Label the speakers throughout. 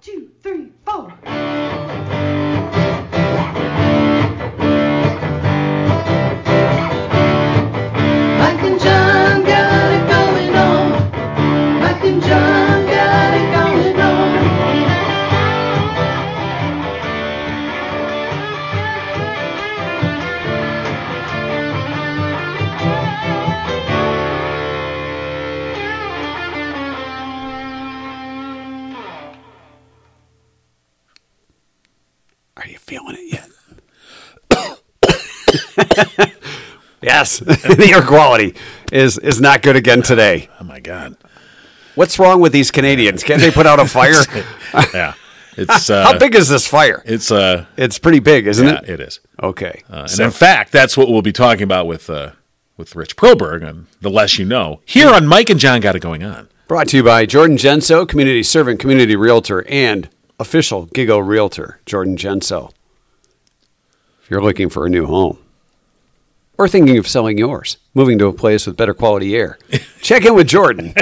Speaker 1: two, three, four.
Speaker 2: Mike and John got it going on. Mike and John got it going on.
Speaker 3: Are you feeling it yet? yes, the air quality is is not good again today.
Speaker 4: Oh my god.
Speaker 3: What's wrong with these Canadians? Can't they put out a fire?
Speaker 4: Yeah. It's uh,
Speaker 3: How big is this fire?
Speaker 4: It's uh,
Speaker 3: It's pretty big, isn't
Speaker 4: yeah,
Speaker 3: it?
Speaker 4: it is.
Speaker 3: Okay.
Speaker 4: Uh, and in fact, that's what we'll be talking about with uh, with Rich Proberg on the less you know here on Mike and John got it going on.
Speaker 3: Brought to you by Jordan Genso, community servant, community realtor, and official Gigo realtor, Jordan Genso. If you're looking for a new home or thinking of selling yours, moving to a place with better quality air, check in with Jordan.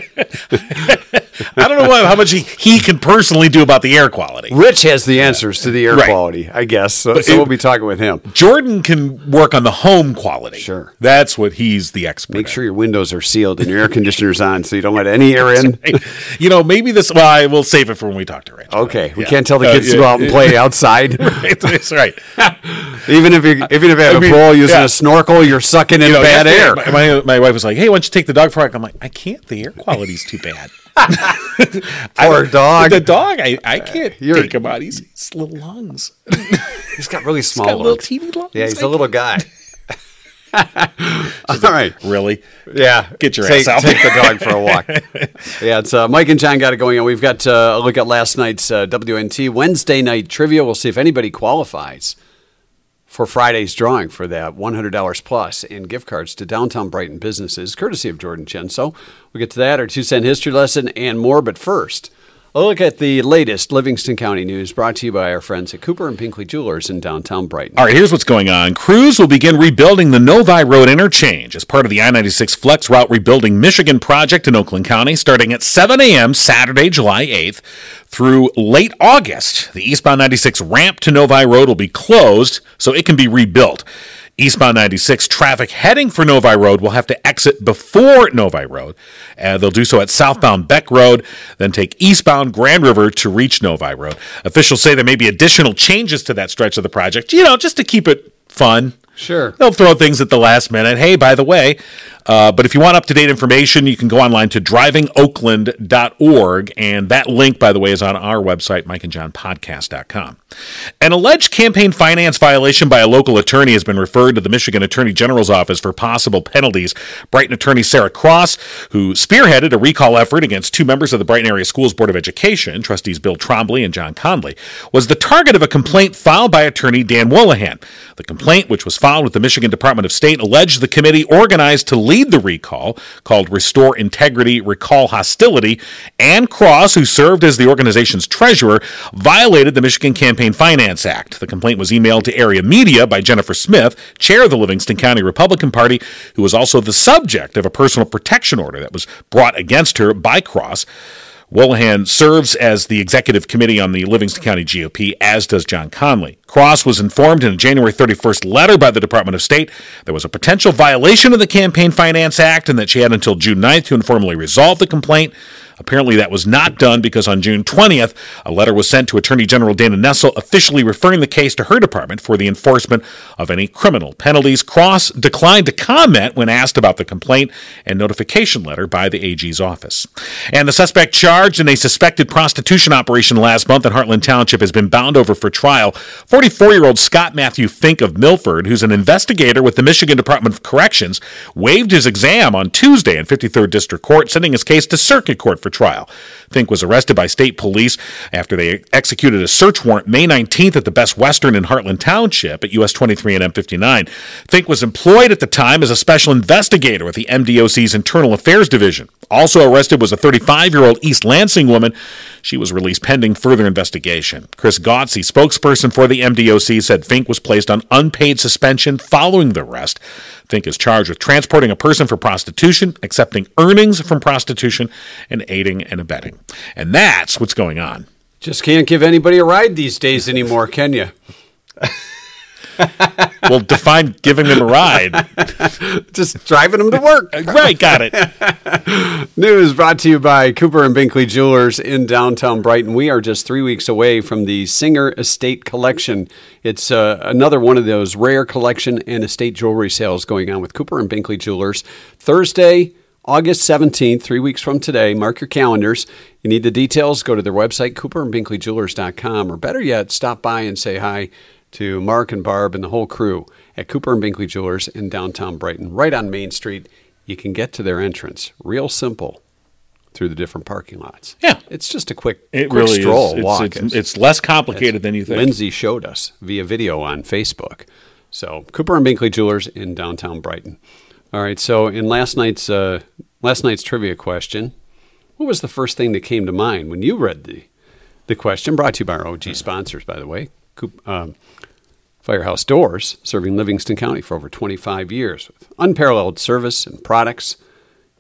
Speaker 4: I don't know what, how much he, he can personally do about the air quality.
Speaker 3: Rich has the answers to the air
Speaker 4: Right.
Speaker 3: quality, I guess. So, so
Speaker 4: it-
Speaker 3: we'll be talking with him.
Speaker 4: Jordan can work on the home quality.
Speaker 3: Sure.
Speaker 4: that's what he's the expert.
Speaker 3: Make
Speaker 4: at.
Speaker 3: sure your windows are sealed and your air conditioner's on so you don't let any air in.
Speaker 4: you know, maybe this. Well, I will save it for when we talk to Rich.
Speaker 3: Okay, we
Speaker 4: Yeah.
Speaker 3: can't tell the
Speaker 4: Uh,
Speaker 3: kids to
Speaker 4: yeah,
Speaker 3: go out and
Speaker 4: yeah.
Speaker 3: play outside.
Speaker 4: Right, That's right.
Speaker 3: even if you even if you have
Speaker 4: I mean,
Speaker 3: a pole using
Speaker 4: yeah.
Speaker 3: a snorkel, you're sucking in
Speaker 4: You know,
Speaker 3: bad
Speaker 4: yesterday,
Speaker 3: air.
Speaker 4: My, my, my wife was like, "Hey, why don't you take the dog for a walk?" I'm like, "I can't. The air quality's too bad."
Speaker 3: Poor dog.
Speaker 4: The dog, I, I can't
Speaker 3: Uh, you're-
Speaker 4: take him out. He's, he's little lungs.
Speaker 3: He's got really small
Speaker 4: got little
Speaker 3: lungs.
Speaker 4: teeny lungs.
Speaker 3: Yeah, he's
Speaker 4: I
Speaker 3: a little guy. All right.
Speaker 4: Really?
Speaker 3: Yeah.
Speaker 4: Get your
Speaker 3: take,
Speaker 4: ass out.
Speaker 3: Take the dog for a walk. yeah, it's uh, Mike and John got it going on. We've got uh, a look at last night's uh, WNT Wednesday night trivia. We'll see if anybody qualifies for Friday's drawing for that $100 plus in gift cards to downtown Brighton businesses, courtesy of Jordan Chenso. We'll get to that, our two cent history lesson, and more. But first, a look at the latest Livingston County news brought to you by our friends at Cooper and Pinkley Jewelers in downtown Brighton.
Speaker 4: All right, here's what's going on. Crews will begin rebuilding the Novi Road interchange as part of the I 96 Flex Route Rebuilding Michigan project in Oakland County, starting at 7 a.m. Saturday, July 8th through late August. The eastbound 96 ramp to Novi Road will be closed so it can be rebuilt. Eastbound 96 traffic heading for Novi Road will have to exit before Novi Road. Uh, they'll do so at southbound Beck Road, then take eastbound Grand River to reach Novi Road. Officials say there may be additional changes to that stretch of the project, you know, just to keep it fun.
Speaker 3: Sure.
Speaker 4: They'll throw things at the last minute. Hey, by the way, uh, but if you want up to date information, you can go online to drivingoakland.org. And that link, by the way, is on our website, mikeandjohnpodcast.com. An alleged campaign finance violation by a local attorney has been referred to the Michigan Attorney General's office for possible penalties. Brighton attorney Sarah Cross, who spearheaded a recall effort against two members of the Brighton Area Schools Board of Education, trustees Bill Trombley and John Conley, was the target of a complaint filed by attorney Dan Woolahan. The complaint, which was filed with the Michigan Department of State, alleged the committee organized to lead the recall, called Restore Integrity, Recall Hostility, and Cross, who served as the organization's treasurer, violated the Michigan Campaign Finance Act. The complaint was emailed to area media by Jennifer Smith, chair of the Livingston County Republican Party, who was also the subject of a personal protection order that was brought against her by Cross. Wolahan serves as the executive committee on the Livingston County GOP, as does John Conley. Cross was informed in a January 31st letter by the Department of State there was a potential violation of the Campaign Finance Act and that she had until June 9th to informally resolve the complaint. Apparently, that was not done because on June 20th, a letter was sent to Attorney General Dana Nessel officially referring the case to her department for the enforcement of any criminal penalties. Cross declined to comment when asked about the complaint and notification letter by the AG's office. And the suspect charged in a suspected prostitution operation last month in Heartland Township has been bound over for trial. 44 year old Scott Matthew Fink of Milford, who's an investigator with the Michigan Department of Corrections, waived his exam on Tuesday in 53rd District Court, sending his case to Circuit Court for trial. Fink was arrested by state police after they executed a search warrant May 19th at the Best Western in Heartland Township at US 23 and M59. Fink was employed at the time as a special investigator with the MDOC's Internal Affairs Division. Also arrested was a 35 year old East Lansing woman. She was released pending further investigation. Chris Godsey, spokesperson for the MDOC, said Fink was placed on unpaid suspension following the arrest. Fink is charged with transporting a person for prostitution, accepting earnings from prostitution, and aiding and abetting. And that's what's going on
Speaker 3: Just can't give anybody a ride these days anymore, can you?
Speaker 4: Well, define giving them a ride.
Speaker 3: Just driving them to work.
Speaker 4: right, got it.
Speaker 3: News brought to you by Cooper and Binkley Jewelers in downtown Brighton. We are just three weeks away from the Singer Estate Collection. It's uh, another one of those rare collection and estate jewelry sales going on with Cooper and Binkley Jewelers. Thursday, August 17th, three weeks from today. Mark your calendars. You need the details, go to their website, cooperandbinkleyjewelers.com, or better yet, stop by and say hi to Mark and Barb and the whole crew at Cooper and Binkley Jewelers in downtown Brighton, right on Main Street you can get to their entrance real simple through the different parking lots.
Speaker 4: Yeah.
Speaker 3: It's just a quick,
Speaker 4: It
Speaker 3: quick
Speaker 4: really
Speaker 3: stroll
Speaker 4: is. It's,
Speaker 3: walk.
Speaker 4: it's, it's less complicated than you think.
Speaker 3: Lindsay showed us via video on Facebook. So Cooper and Binkley Jewelers in downtown Brighton. All right. So in last night's uh, last night's trivia question, what was the first thing that came to mind when you read the the question? Brought to you by our OG sponsors, by the way. Coop, um, Firehouse Doors, serving Livingston County for over 25 years with unparalleled service and products.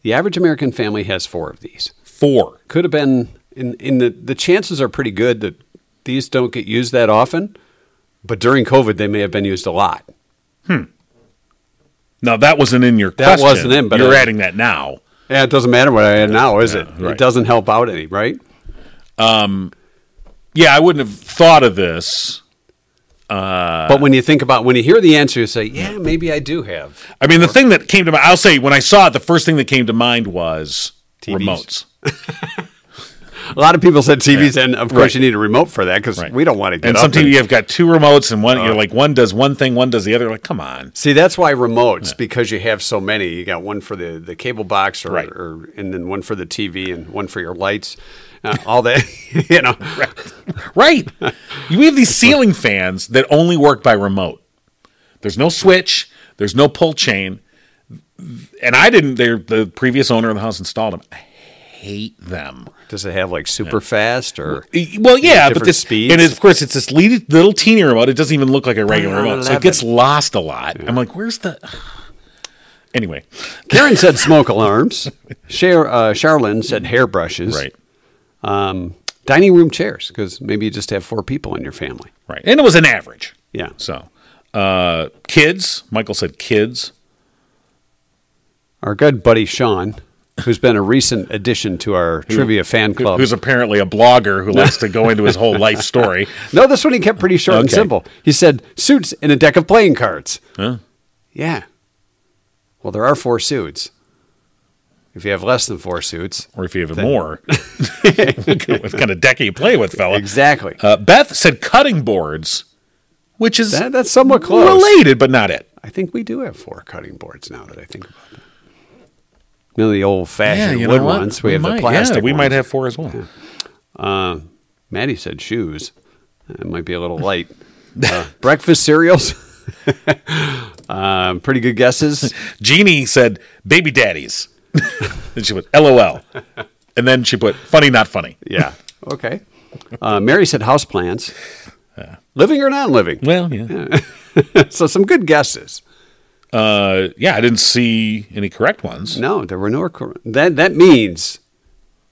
Speaker 3: The average American family has four of these
Speaker 4: Four.
Speaker 3: could have been in in the the chances are pretty good that these don't get used that often, but during COVID they may have been used a lot.
Speaker 4: Now that wasn't in your
Speaker 3: That
Speaker 4: question.
Speaker 3: wasn't in, but
Speaker 4: you're
Speaker 3: it-
Speaker 4: adding that now.
Speaker 3: Yeah, it doesn't matter what I had now, is it?
Speaker 4: right.
Speaker 3: It doesn't help out any, right?
Speaker 4: Yeah, I wouldn't have thought of this. Uh,
Speaker 3: but when you think about when you hear the answer, you say, "Yeah, maybe I do have."
Speaker 4: I mean, the thing that came to mind, I'll say when I saw it, the first thing that came to mind was
Speaker 3: TVs.
Speaker 4: remotes.
Speaker 3: A lot of people said TVs, and of course
Speaker 4: Right.
Speaker 3: you need a remote for that because
Speaker 4: Right.
Speaker 3: we don't want to get
Speaker 4: And
Speaker 3: up
Speaker 4: sometimes
Speaker 3: and- Uh.
Speaker 4: you've got two remotes, and one you're like one does one thing, one does the other. Like, come on.
Speaker 3: See, that's why remotes because you have so many. You got one for the, the cable box, or,
Speaker 4: Right.
Speaker 3: or and then one for the TV, and one for your lights. Uh, all that, you know.
Speaker 4: Right. you have these ceiling fans that only work by remote. There's no switch, there's no pull chain. And I didn't, they're, the previous owner of the house installed them. I hate them.
Speaker 3: Does it have like super fast or?
Speaker 4: E- Well, yeah, but
Speaker 3: different
Speaker 4: this,
Speaker 3: speeds.
Speaker 4: and of course, it's this le- little teeny remote. It doesn't even look like a regular
Speaker 3: on
Speaker 4: remote. So it
Speaker 3: 11.
Speaker 4: gets lost a lot. I'm like, where's the. Anyway,
Speaker 3: Karen said smoke alarms. Shar uh, Charlene said hairbrushes.
Speaker 4: right,
Speaker 3: Um, dining room chairs because maybe you just have four people in your family.
Speaker 4: right. And it was an average.
Speaker 3: Yeah.
Speaker 4: So, uh, kids, Michael said kids.
Speaker 3: Our good buddy Sean, who's been a recent addition to our trivia fan club.
Speaker 4: Hmm. Who's apparently a blogger who likes to go into his whole life story.
Speaker 3: no, this one he kept pretty short and
Speaker 4: Okay.
Speaker 3: simple. He said suits and a deck of playing cards. Yeah. Well, there are four suits. If you have less than four suits,
Speaker 4: or if you have more. what kind of deck you play with, fella?
Speaker 3: exactly.
Speaker 4: Uh, Beth said cutting boards, which is
Speaker 3: That- that's somewhat close.
Speaker 4: related, but not it.
Speaker 3: I think we do have four cutting boards now that I think about that. You know, the old
Speaker 4: Yeah,
Speaker 3: fashioned
Speaker 4: you know
Speaker 3: wood
Speaker 4: what?
Speaker 3: ones. We, have
Speaker 4: might,
Speaker 3: the plastic.
Speaker 4: Yeah, we might
Speaker 3: ones.
Speaker 4: have four as well.
Speaker 3: Uh, Maddie said shoes. It might be a little light. Uh, breakfast cereals. um, pretty good guesses.
Speaker 4: Jeannie said baby daddies, and she put LOL, and then she put funny not funny.
Speaker 3: Yeah. Okay. Uh, Mary said houseplants. Living or non living?
Speaker 4: Well, yeah,
Speaker 3: so some good guesses.
Speaker 4: uh, yeah. I didn't see any correct ones.
Speaker 3: No, there were no. cor- That, that means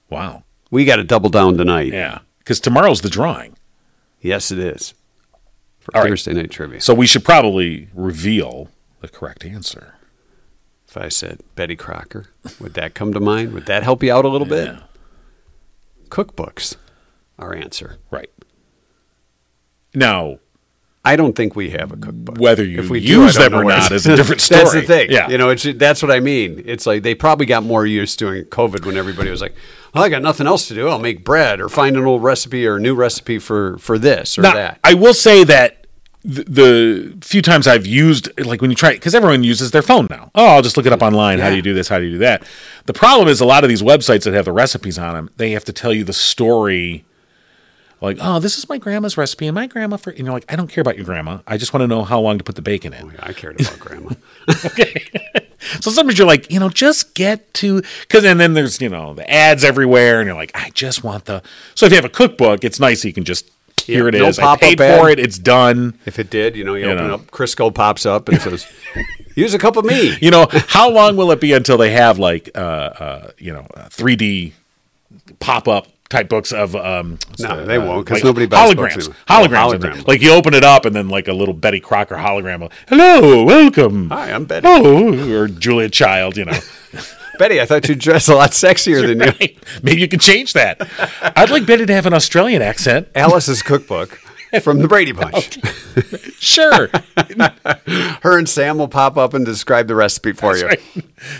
Speaker 4: Wow.
Speaker 3: we got to double down tonight.
Speaker 4: Yeah, because tomorrow's the drawing,
Speaker 3: Yes, it is. For
Speaker 4: All right.
Speaker 3: Thursday night trivia.
Speaker 4: so we should probably reveal the correct answer.
Speaker 3: If I said Betty Crocker, would that come to mind? Would that help you out a little bit?
Speaker 4: Yeah.
Speaker 3: Cookbooks, our answer.
Speaker 4: Right. Now,
Speaker 3: I don't think we have a cookbook.
Speaker 4: whether you
Speaker 3: If we do,
Speaker 4: use
Speaker 3: I don't
Speaker 4: them or
Speaker 3: know where-
Speaker 4: not is a different story.
Speaker 3: that's the thing.
Speaker 4: Yeah.
Speaker 3: You know, it's, that's what I mean. It's like they probably got more use during COVID when everybody was like, well, I got nothing else to do. I'll make bread or find an old recipe or a new recipe for, for this or
Speaker 4: Now,
Speaker 3: that.
Speaker 4: I will say that the, the few times I've used, like when you try, because everyone uses their phone now. Oh, I'll just look it up online. How do
Speaker 3: Yeah.
Speaker 4: you do this? How do you do that? The problem is a lot of these websites that have the recipes on them, they have to tell you the story. Like, oh, this is my grandma's recipe, and my grandma for, and you're like, I don't care about your grandma. I just want to know how long to put the bacon in.
Speaker 3: I cared about grandma.
Speaker 4: So sometimes you're like, you know, just get to because and then there's you know the ads everywhere, and you're like, I just want the. So if you have a cookbook, it's nice you can just here it
Speaker 3: no
Speaker 4: is. I
Speaker 3: pop-up
Speaker 4: paid
Speaker 3: ad.
Speaker 4: for it. It's done.
Speaker 3: If it did, you know, you, open
Speaker 4: know.
Speaker 3: up, Crisco pops up and says, use a cup of me.
Speaker 4: You know, how uh, long will it be until they have like uh, uh you know 3D pop up type books of um what's
Speaker 3: No,
Speaker 4: the,
Speaker 3: they won't, 'cause
Speaker 4: like
Speaker 3: nobody buys books
Speaker 4: holograms
Speaker 3: anymore.
Speaker 4: holograms
Speaker 3: Oh,
Speaker 4: in there.
Speaker 3: hologram.
Speaker 4: like you open it up and then like a little Betty Crocker hologram of, hello welcome
Speaker 3: Hi, I'm Betty.
Speaker 4: oh or Julia Child you know
Speaker 3: Betty, I thought you dressed a lot sexier than you.
Speaker 4: Right. maybe you can change that I'd like Betty to have an Australian accent
Speaker 3: Alice's cookbook from the Brady Bunch.
Speaker 4: sure
Speaker 3: Her and Sam will pop up and describe the recipe for you.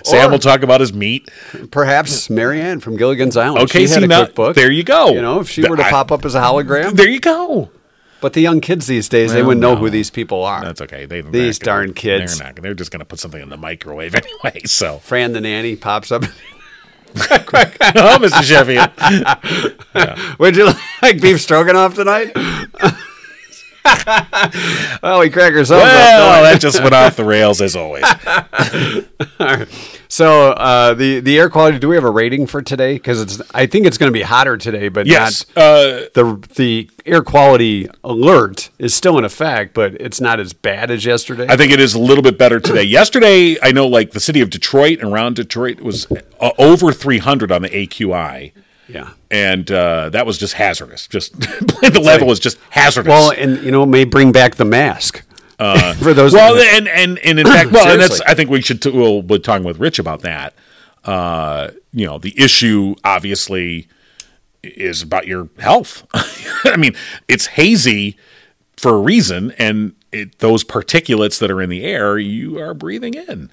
Speaker 4: Sam
Speaker 3: Or-
Speaker 4: will talk about his meat
Speaker 3: Perhaps Marianne from Gilligan's Island.
Speaker 4: Okay,
Speaker 3: she had
Speaker 4: see,
Speaker 3: a
Speaker 4: now-
Speaker 3: cookbook.
Speaker 4: there you go.
Speaker 3: You know, if she
Speaker 4: Th-
Speaker 3: were to
Speaker 4: I-
Speaker 3: pop up as a hologram,
Speaker 4: there you go
Speaker 3: but the young kids these days they
Speaker 4: Well,
Speaker 3: wouldn't know
Speaker 4: no.
Speaker 3: who these people are.
Speaker 4: that's okay they they're
Speaker 3: These
Speaker 4: not gonna-
Speaker 3: darn kids.
Speaker 4: they're not gonna- they're just gonna put something in the microwave anyway so
Speaker 3: Fran the nanny pops up.
Speaker 4: oh Mr Sheffield
Speaker 3: Would you like beef stroganoff tonight? well, we crack ourselves up.
Speaker 4: well that just went off the rails as always
Speaker 3: don't we? So uh, the the air quality. Do we have a rating for today? Because it's I think it's going to be hotter today, but
Speaker 4: yes
Speaker 3: not.
Speaker 4: uh
Speaker 3: The, the air quality alert is still in effect, but it's not as bad as yesterday.
Speaker 4: I think it is a little bit better today. Yesterday, I know like the city of Detroit and around Detroit was uh, over 300 on the AQI.
Speaker 3: yeah.
Speaker 4: And uh, that was just hazardous. Just the level was just hazardous.
Speaker 3: Well, and you know, it may bring back the mask for those.
Speaker 4: Uh, well, and and and in fact, well, and that's
Speaker 3: Seriously.
Speaker 4: I think we should t- we'll be talking with Rich about that. Uh, you know, the issue obviously is about your health. I mean, it's hazy for a reason, and it, those particulates that are in the air you are breathing in.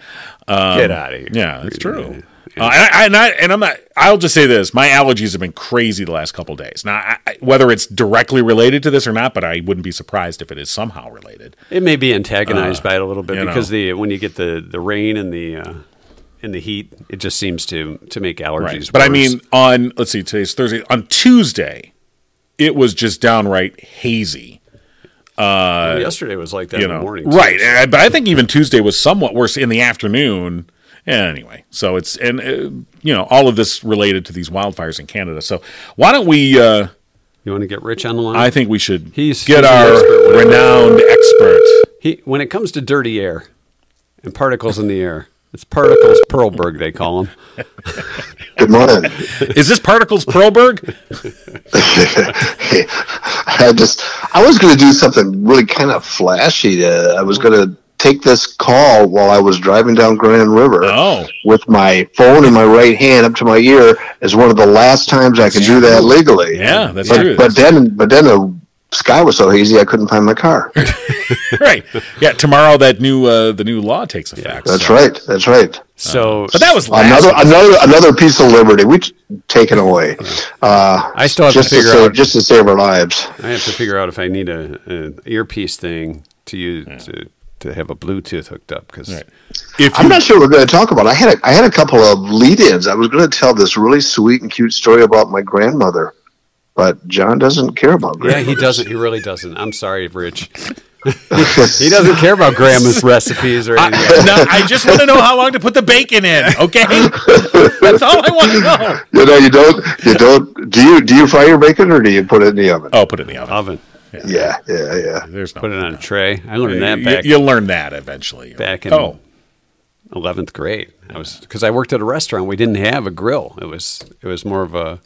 Speaker 4: Um,
Speaker 3: Get outta here.
Speaker 4: Yeah, that's true. Uh, and, I, and, I, and I'm not. I'll just say this: my allergies have been crazy the last couple days. Now, I, I, whether it's directly related to this or not, but I wouldn't be surprised if it is somehow related.
Speaker 3: it may be antagonized by it a little
Speaker 4: Uh, you
Speaker 3: bit
Speaker 4: know.
Speaker 3: because the when you get the, the rain and the uh, and the heat, it just seems to to make allergies.
Speaker 4: Right. But I
Speaker 3: worse.
Speaker 4: mean, on let's see, today's Thursday. On Tuesday, it was just downright hazy.
Speaker 3: Well, yesterday was like that
Speaker 4: uh, You
Speaker 3: in
Speaker 4: know,
Speaker 3: the morning, too.
Speaker 4: right? And I- But I think even Tuesday was somewhat worse in the afternoon. Anyway, so it's and uh, you know all of this related to these wildfires in Canada. So why don't we? Uh,
Speaker 3: You want to get rich on the line?
Speaker 4: I think we should
Speaker 3: He's-
Speaker 4: get
Speaker 3: he's an
Speaker 4: our
Speaker 3: expert.
Speaker 4: renowned expert.
Speaker 3: he, when it comes to dirty air and particles in the air, it's particles Perlberg they call them.
Speaker 4: Uh,
Speaker 1: Good morning.
Speaker 4: Is this Particles Perlberg?
Speaker 1: I just, I was going to do something really kind of flashy. Uh, I was going to take this call while I was driving down Grand River
Speaker 4: Oh.
Speaker 1: with my phone in my right hand up to my ear as one of the last times I could do that legally.
Speaker 4: Yeah, that's
Speaker 1: but,
Speaker 4: true.
Speaker 1: But then, but then the sky was so hazy I couldn't find my car.
Speaker 4: right. Yeah. Tomorrow, that new uh, the new law takes effect.
Speaker 1: That's
Speaker 4: so-
Speaker 1: right. That's right.
Speaker 3: So,
Speaker 4: But that was last
Speaker 1: Another, another, another piece of liberty we t- taken away. Uh,
Speaker 3: I still have to
Speaker 1: just
Speaker 3: figure
Speaker 1: save,
Speaker 3: out-
Speaker 1: just to save our lives.
Speaker 3: I have to figure out if I need a an earpiece thing to use to to have a Bluetooth hooked up because
Speaker 4: Right. If
Speaker 1: I'm
Speaker 4: you-
Speaker 1: not sure we're going to talk about. it. I had a, I had a couple of lead-ins. I was going to tell this really sweet and cute story about my grandmother, but John doesn't care about
Speaker 3: Yeah,
Speaker 1: grandma.
Speaker 3: he doesn't. He really doesn't. I'm sorry, Rich. he doesn't care about grandma's recipes or anything.
Speaker 4: no, I just want to know how long to put the bacon in. Okay, that's all I want to know.
Speaker 1: you know, you don't you don't do you do you fry your bacon or do you put it in the oven?
Speaker 4: Oh, put it in the oven.
Speaker 3: Oven.
Speaker 1: Yeah, yeah, yeah.
Speaker 4: There's no.
Speaker 3: Put it on a tray. I learned that
Speaker 4: you,
Speaker 3: back
Speaker 4: you'll learn that eventually.
Speaker 3: back in
Speaker 4: oh,
Speaker 3: eleventh grade. I was because I worked at a restaurant. We didn't have a grill. It was it was more of a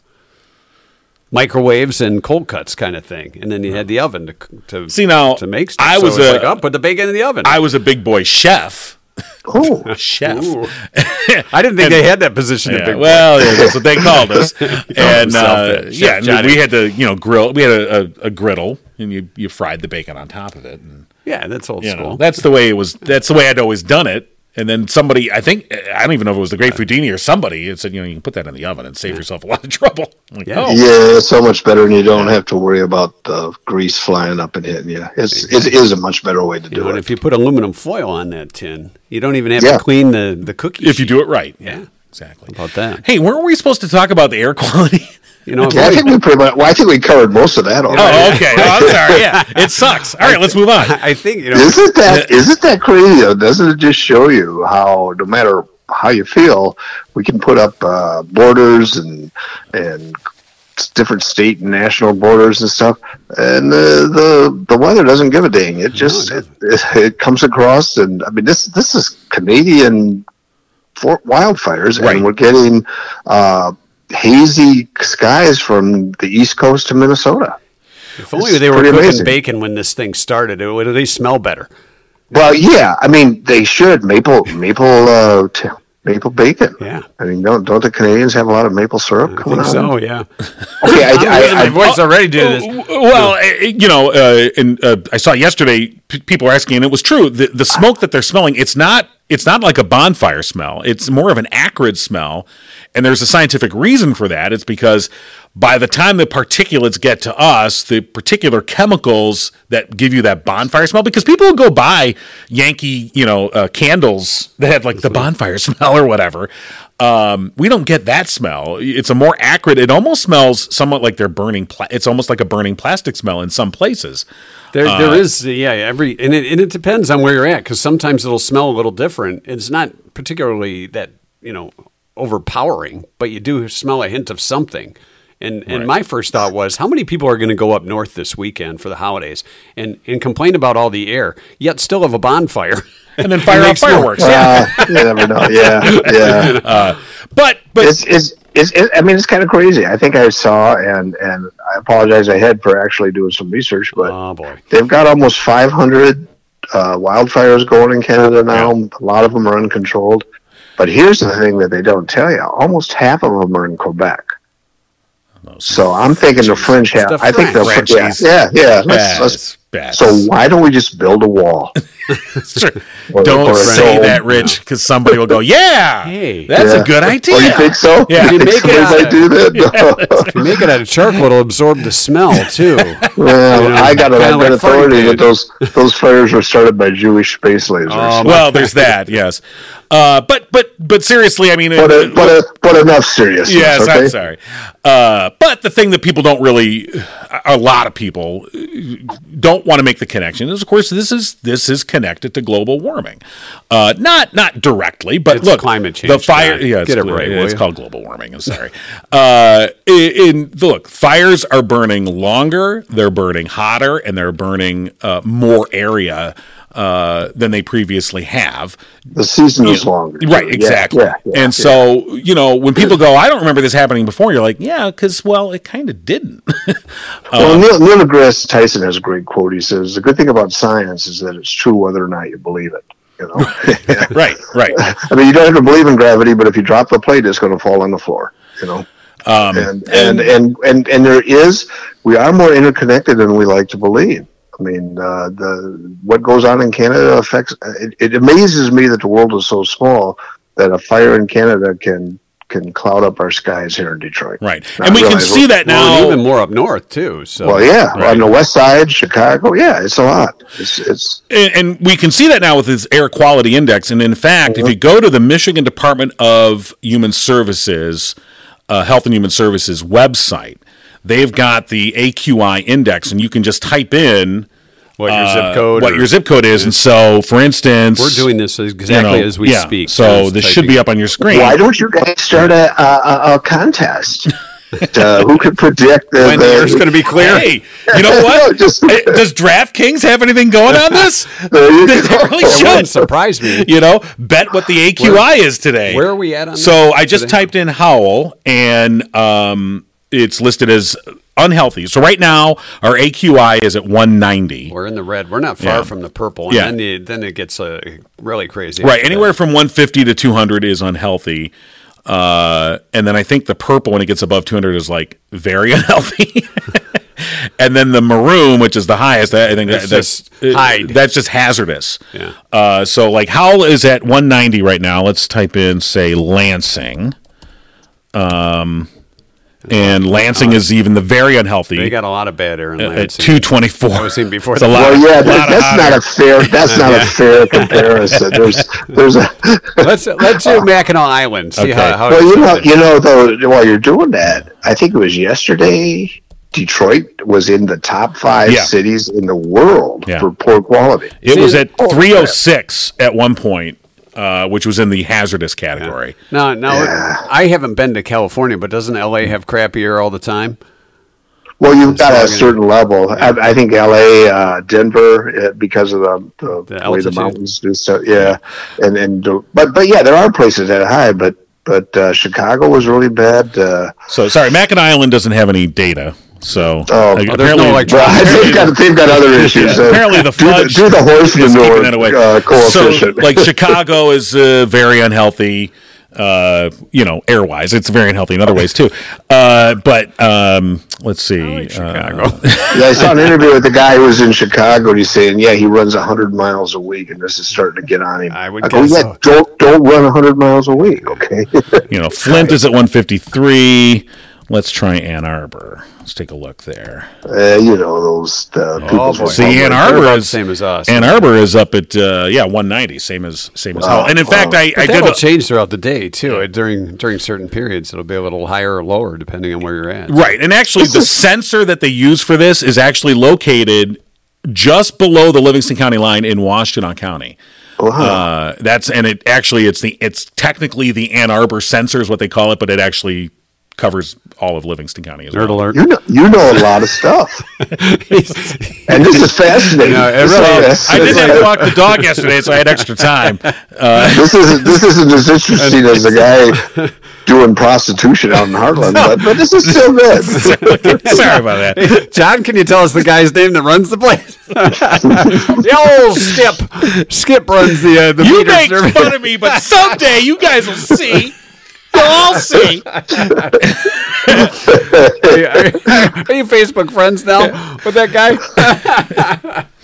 Speaker 3: microwaves and cold cuts kind of thing. And then you had the oven to c- to
Speaker 4: See, now,
Speaker 3: to make stuff.
Speaker 4: I
Speaker 3: So
Speaker 4: was
Speaker 3: it's
Speaker 4: a-
Speaker 3: like, oh, put the bacon in the oven.
Speaker 4: I was a big boy chef.
Speaker 1: Oh,
Speaker 4: Chef.
Speaker 3: Ooh. I didn't think they had that position.
Speaker 4: Yeah,
Speaker 3: at Big
Speaker 4: well, yeah, that's what they called us. and uh,
Speaker 3: Self-fed.
Speaker 4: yeah,
Speaker 3: Chef Johnny.
Speaker 4: we had to, you know, grill. We had a, a, a griddle, and you you fried the bacon on top of it. And,
Speaker 3: yeah, that's old
Speaker 4: you know,
Speaker 3: school.
Speaker 4: that's the way it was. That's the way I'd always done it. And then somebody, I think, I don't even know if it was the
Speaker 3: Uh,
Speaker 4: Great Foodini or somebody, it said, you know, you can put that in the oven and save yourself a lot of trouble. I'm like,
Speaker 3: Yeah.
Speaker 4: oh,
Speaker 1: yeah, so much better, and you don't have to worry about the grease flying up and hitting you. It's it is a much better way to
Speaker 3: You know,
Speaker 1: do
Speaker 3: and
Speaker 1: it.
Speaker 3: if you put aluminum foil on that tin, you don't even have
Speaker 1: Yeah.
Speaker 3: to clean the the cookie.
Speaker 4: if you do it right.
Speaker 3: Yeah.
Speaker 4: exactly.
Speaker 3: How about that,
Speaker 4: Hey, weren't we supposed to talk about the air quality?
Speaker 3: you know, I've
Speaker 1: Yeah, I
Speaker 3: always-
Speaker 1: think we pretty much. Well, I think we covered most of that already.
Speaker 4: oh, okay. Oh, I'm sorry. Yeah, it sucks. All right, let's move on.
Speaker 3: I think you know.
Speaker 1: isn't that isn't that crazy though? Doesn't it just show you how no matter how you feel, we can put up uh, borders and and s- different state and national borders and stuff, and the the, the weather doesn't give a dang. It just
Speaker 3: it
Speaker 1: it, it, it comes across, and I mean this this is Canadian for wildfires,
Speaker 4: Right.
Speaker 1: and we're getting. Uh, hazy skies from the east coast to Minnesota.
Speaker 3: If only
Speaker 1: It's
Speaker 3: they were
Speaker 1: pretty
Speaker 3: cooking
Speaker 1: amazing.
Speaker 3: bacon when this thing started, it would at least smell better.
Speaker 1: Well, yeah, I mean they should maple maple uh, t- maple bacon.
Speaker 3: Yeah.
Speaker 1: I mean don't don't the Canadians have a lot of maple syrup
Speaker 3: I
Speaker 1: coming
Speaker 3: think
Speaker 1: out?
Speaker 3: so, yeah.
Speaker 1: Okay, I,
Speaker 3: I'm losing
Speaker 1: I,
Speaker 3: my
Speaker 1: I,
Speaker 3: voice already due to
Speaker 4: Oh,
Speaker 3: this.
Speaker 4: w- Well, eh, eh, you know, uh, and uh, I saw yesterday p- people were asking, and it was true. The, the smoke that they're smelling, it's not it's not like a bonfire smell. It's more of an acrid smell, and there's a scientific reason for that. It's because by the time the particulates get to us, the particular chemicals that give you that bonfire smell, because people will go buy Yankee, you know, uh, candles that have like the bonfire smell or whatever. Um, we don't get that smell. It's a more acrid. It almost smells somewhat like they're burning. Pla- it's almost like a burning plastic smell in some places.
Speaker 3: There,
Speaker 4: Uh,
Speaker 3: there is, yeah, every, and it, and it depends on where you're at because sometimes it'll smell a little different. It's not particularly that, you know, overpowering, but you do smell a hint of something. And, and my first thought was, how many people are going to go up north this weekend for the holidays and, and complain about all the air, yet still have a bonfire?
Speaker 4: And then fire off
Speaker 3: Makes more-
Speaker 4: fireworks.
Speaker 1: uh, you never know. Yeah, yeah.
Speaker 4: But but
Speaker 1: it's, it's, it's, it, I mean, it's kind of crazy. I think I saw, and, and I apologize ahead for actually doing some research, but
Speaker 3: Oh, boy.
Speaker 1: they've got almost 500 uh, wildfires going in Canada now. A lot of them are uncontrolled. But here's the thing that they don't tell you almost half of them are in Quebec. So I'm thinking the French have.
Speaker 3: the
Speaker 1: I think the
Speaker 4: French.
Speaker 1: French. Yeah, yeah, yeah. Let's, let's,
Speaker 4: Yes, yes.
Speaker 1: so why don't we just build a wall?
Speaker 4: Sure.
Speaker 1: Or-
Speaker 4: Don't
Speaker 1: or a
Speaker 4: say
Speaker 1: dome.
Speaker 4: that, Rich, because somebody will go, "Yeah,
Speaker 3: Hey.
Speaker 4: that's
Speaker 1: Yeah.
Speaker 4: a good idea."
Speaker 1: Oh, you think so?
Speaker 4: Yeah.
Speaker 1: You
Speaker 4: You
Speaker 1: think
Speaker 3: make it
Speaker 1: somebody
Speaker 3: out-
Speaker 1: might do that? No.
Speaker 3: If you make it out of charcoal, it'll absorb the smell, too.
Speaker 1: Well,
Speaker 3: Yeah,
Speaker 1: I got it
Speaker 3: kinda
Speaker 1: on good
Speaker 3: like Frank
Speaker 1: authority that
Speaker 3: did.
Speaker 1: those those fires were started by Jewish space lasers.
Speaker 4: well, there's that. Yes, uh, but but but seriously, I mean,
Speaker 1: but,
Speaker 4: uh,
Speaker 1: uh, but, uh, but enough seriousness.
Speaker 4: yes,
Speaker 1: okay?
Speaker 4: I'm sorry. Uh, but the thing that people don't really, a lot of people uh, don't want to make the connection is, of course, this is this is connected to global warming, uh, not not directly, but
Speaker 3: It's
Speaker 4: look,
Speaker 3: climate
Speaker 4: The
Speaker 3: change,
Speaker 4: fire,
Speaker 3: John.
Speaker 4: yeah, it's,
Speaker 3: Get it
Speaker 4: glo-
Speaker 3: right, will
Speaker 4: it's
Speaker 3: you?
Speaker 4: called global warming. I'm sorry. uh, in, in look, fires are burning longer, they're burning hotter, and they're burning uh, more area. Uh, than they previously have,
Speaker 1: The season is longer.
Speaker 4: Right,
Speaker 1: Yeah,
Speaker 4: exactly.
Speaker 1: Yeah, yeah.
Speaker 4: and so, you know, when people go, I don't remember this happening before, you're like, yeah, because, well, it kind of didn't. uh,
Speaker 1: well, Neil, Neil deGrasse Tyson has a great quote. He says, "The good thing about science is that it's true whether or not you believe it." You know,
Speaker 4: right, right.
Speaker 1: I mean, you don't have to believe in gravity, but if you drop the plate, it's going to fall on the floor. You know.
Speaker 4: Um,
Speaker 1: and, and, and, and, and there is, we are more interconnected than we like to believe. I mean, uh, the, what goes on in Canada affects, it, it amazes me that the world is so small that a fire in Canada can, can cloud up our skies here in Detroit.
Speaker 4: Right.
Speaker 1: I
Speaker 4: And we can
Speaker 1: realize
Speaker 4: see that
Speaker 3: Well,
Speaker 4: now.
Speaker 3: and even more up north, too. So.
Speaker 1: Well, yeah, on the west side, Chicago, yeah, it's a lot. It's, it's,
Speaker 4: and, and we can see that now with this air quality index. And in fact,
Speaker 1: Mm-hmm.
Speaker 4: if you go to the Michigan Department of Human Services, uh, Health and Human Services website, they've got the AQI index, and you can just type in
Speaker 3: what your
Speaker 4: uh,
Speaker 3: zip code?
Speaker 4: what
Speaker 3: or-
Speaker 4: your zip code is. And so, for instance,
Speaker 3: We're doing this
Speaker 4: you know,
Speaker 3: exactly as we
Speaker 4: yeah,
Speaker 3: speak.
Speaker 4: So
Speaker 3: Just
Speaker 4: this
Speaker 3: typing
Speaker 4: should be up on your screen.
Speaker 1: why don't you guys start a, a, a- a contest? uh, who could predict the,
Speaker 3: When the air's going to be clear.
Speaker 4: Hey, you know
Speaker 1: No,
Speaker 4: what?
Speaker 1: just-
Speaker 4: Eh, Does DraftKings have anything going on this?
Speaker 1: There you
Speaker 4: They
Speaker 1: go.
Speaker 4: really
Speaker 3: It
Speaker 1: That
Speaker 3: wouldn't
Speaker 4: should.
Speaker 3: surprise me.
Speaker 4: You know, bet what the AQI is today.
Speaker 3: Where are we at on
Speaker 4: So
Speaker 3: that
Speaker 4: I just
Speaker 3: today?
Speaker 4: typed in Howl, and um, it's listed as unhealthy. So right now, our AQI is at 190.
Speaker 3: We're in the red. We're not far
Speaker 4: Yeah.
Speaker 3: from the purple. And
Speaker 4: Yeah.
Speaker 3: then, the, then it gets uh, really crazy.
Speaker 4: Right,
Speaker 3: after
Speaker 4: anywhere from 150 to 200 is unhealthy. Uh, and then I think the purple when it gets above 200 is like very unhealthy. and then the maroon, which is the highest, I think that,
Speaker 3: It's
Speaker 4: that's uh,
Speaker 3: just hide.
Speaker 4: That's just hazardous.
Speaker 3: Yeah.
Speaker 4: Uh, so like Howl is at 190 right now. Let's type in say Lansing. Um, and Lansing is even the very unhealthy
Speaker 3: That. They got a lot of bad air in
Speaker 4: at
Speaker 3: Lansing. Oh,
Speaker 4: 224. I
Speaker 3: was seeing before
Speaker 4: Uh, It's a
Speaker 3: that.
Speaker 4: lot,
Speaker 1: Well, yeah, that,
Speaker 4: lot of
Speaker 1: that's
Speaker 4: hotter.
Speaker 1: not a fair. That's not a fair comparison. There's, there's a.
Speaker 3: let's, let's do Mackinac Island. See
Speaker 4: Okay.
Speaker 3: how, how
Speaker 1: Well,
Speaker 3: it's doing.
Speaker 1: you know, you know, though, while you're doing that, I think it was yesterday. Detroit was in the top five
Speaker 4: Yeah.
Speaker 1: cities in the world
Speaker 4: Yeah.
Speaker 1: for poor quality.
Speaker 4: It was at
Speaker 1: oh, crap.
Speaker 4: 306 at one point, uh, which was in the hazardous category.
Speaker 3: No, no. I haven't been to California, but doesn't LA
Speaker 4: Mm-hmm.
Speaker 3: have crappy air all the time?
Speaker 1: Well, you've got
Speaker 3: not
Speaker 1: a
Speaker 3: gonna-
Speaker 1: certain level. I, I think L.A., uh, Denver, uh, because of the, the,
Speaker 3: The
Speaker 1: way the
Speaker 3: altitude.
Speaker 1: mountains do stuff. Yeah, and and uh, but but yeah, there are places that are high, but But uh, Chicago was really bad. Uh,
Speaker 4: So sorry, Mackin Island doesn't have any data. So
Speaker 1: Oh,
Speaker 4: apparently,
Speaker 1: oh,
Speaker 3: there's no electronic-
Speaker 1: but they've got they've got other issues. Uh,
Speaker 4: apparently the
Speaker 1: do the,
Speaker 4: fudge
Speaker 1: do the
Speaker 4: is
Speaker 1: horse
Speaker 4: keeping
Speaker 1: manure
Speaker 4: that away.
Speaker 1: uh, coefficient.
Speaker 4: So like Chicago is uh, very unhealthy. Uh, you know, air wise, it's very unhealthy in other ways too. Uh, but um, let's see. uh, Chicago.
Speaker 1: Yeah, I saw an interview with the guy who was in Chicago, and he's saying, "Yeah, he runs hundred miles a week, and this is starting to get on him."
Speaker 3: I would
Speaker 1: go,
Speaker 3: guess
Speaker 1: "Yeah,
Speaker 3: so."
Speaker 1: don't don't run hundred miles a week, okay?
Speaker 4: you know, Flint is at 153. Let's try Ann Arbor. Let's take a look there.
Speaker 1: uh, you know those uh, people's
Speaker 3: boy.
Speaker 1: Republic.
Speaker 4: Oh, See, Ann
Speaker 3: Oh, They're about
Speaker 4: Arbor
Speaker 3: the
Speaker 4: is
Speaker 3: same as us.
Speaker 4: Ann Arbor is up at uh, yeah 190, same as same as Howell. And in fact, I, I
Speaker 3: But
Speaker 4: did
Speaker 3: that'll
Speaker 4: a,
Speaker 3: change throughout the day too. Uh, During during certain periods, it'll be a little higher or lower depending on where you're at.
Speaker 4: right, and actually the sensor that they use for this is actually located just below the Livingston County line in Washtenaw County.
Speaker 1: Wow.
Speaker 4: Uh, that's and it actually it's the it's technically the Ann Arbor sensor is what they call it, but it actually covers all of Livingston County as well.
Speaker 3: Nerd alert!
Speaker 1: you know you know a lot of stuff, and this is fascinating.
Speaker 3: No, it
Speaker 1: This is
Speaker 3: really is.
Speaker 1: fascinating.
Speaker 4: I did have to walk the dog yesterday, so I had extra time. Uh,
Speaker 1: this isn't this isn't as interesting as the guy doing prostitution out in Harlan, but, but this is still good.
Speaker 4: sorry about that.
Speaker 3: John, can you tell us the guy's name that runs the place? the old Skip. Skip runs the uh, the
Speaker 4: You
Speaker 3: meter
Speaker 4: make
Speaker 3: service.
Speaker 4: fun of me, but someday you guys will see. You'll all see.
Speaker 3: Are you, are you- are you Facebook friends now with that guy?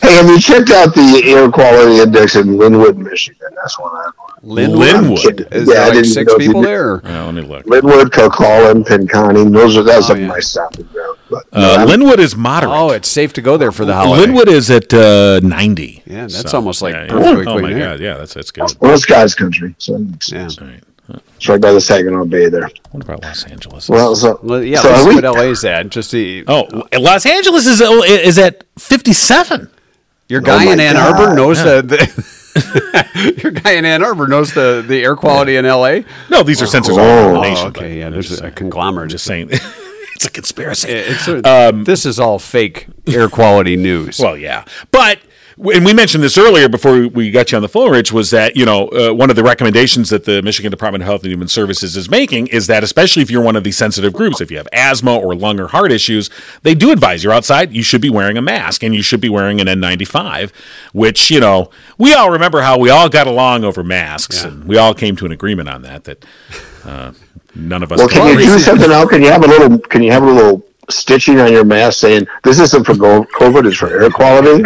Speaker 1: Hey, have you checked out the air quality index in Linwood, Michigan? That's one I
Speaker 4: Linwood.
Speaker 3: Is
Speaker 1: Yeah, I
Speaker 3: there like
Speaker 1: didn't
Speaker 3: six
Speaker 1: know if you
Speaker 3: people
Speaker 1: knew-
Speaker 3: there? or-
Speaker 4: Well, let me look.
Speaker 1: Linwood, Kilcullen, Pinconning. Those are that's up my stopping ground. But
Speaker 4: Uh, Linwood is moderate.
Speaker 3: Oh, it's safe to go there for the
Speaker 1: Oh,
Speaker 3: holiday.
Speaker 4: Linwood is at uh, 90.
Speaker 3: Yeah, that's almost like
Speaker 4: yeah,
Speaker 3: perfectly
Speaker 4: Oh,
Speaker 3: clean
Speaker 4: my
Speaker 3: air.
Speaker 4: God. Yeah, that's, that's good.
Speaker 1: well, it's God's country, so that makes
Speaker 3: Yeah.
Speaker 1: sense.
Speaker 4: All right.
Speaker 1: It's right by the Saginaw Bay there.
Speaker 4: What about Los Angeles?
Speaker 1: Well, so
Speaker 3: Well, yeah,
Speaker 1: so
Speaker 3: let's
Speaker 1: are
Speaker 3: see
Speaker 1: we-
Speaker 3: what LA's at. Just the
Speaker 4: oh, Los Angeles is, uh, is at 57.
Speaker 3: your guy
Speaker 1: Oh my
Speaker 3: in Ann Arbor
Speaker 1: God.
Speaker 3: knows the, the your guy in Ann Arbor knows the the air quality in LA.
Speaker 4: No, these are sensors all over the
Speaker 1: Oh,
Speaker 4: nation. but
Speaker 3: okay, yeah,
Speaker 4: I'm
Speaker 3: there's
Speaker 4: just
Speaker 3: a
Speaker 4: saying-
Speaker 3: conglomerate.
Speaker 4: just saying. it's a conspiracy.
Speaker 3: It's a-
Speaker 4: Um,
Speaker 3: this is all fake air quality news.
Speaker 4: Well, yeah, but and we mentioned this earlier before we got you on the phone, Rich, was that you know uh, one of the recommendations that the Michigan Department of Health and Human Services is making is that especially if you're one of these sensitive groups, if you have asthma or lung or heart issues, they do advise you're outside, you should be wearing a mask and you should be wearing an N95, which you know we all remember how we all got along over masks and we all came to an agreement on that that uh, none of us.
Speaker 1: well,
Speaker 4: could
Speaker 1: can you
Speaker 4: agree.
Speaker 1: do something now? Can you have a little? Can you have a little stitching on your mask saying this isn't for go- COVID? It's for air quality.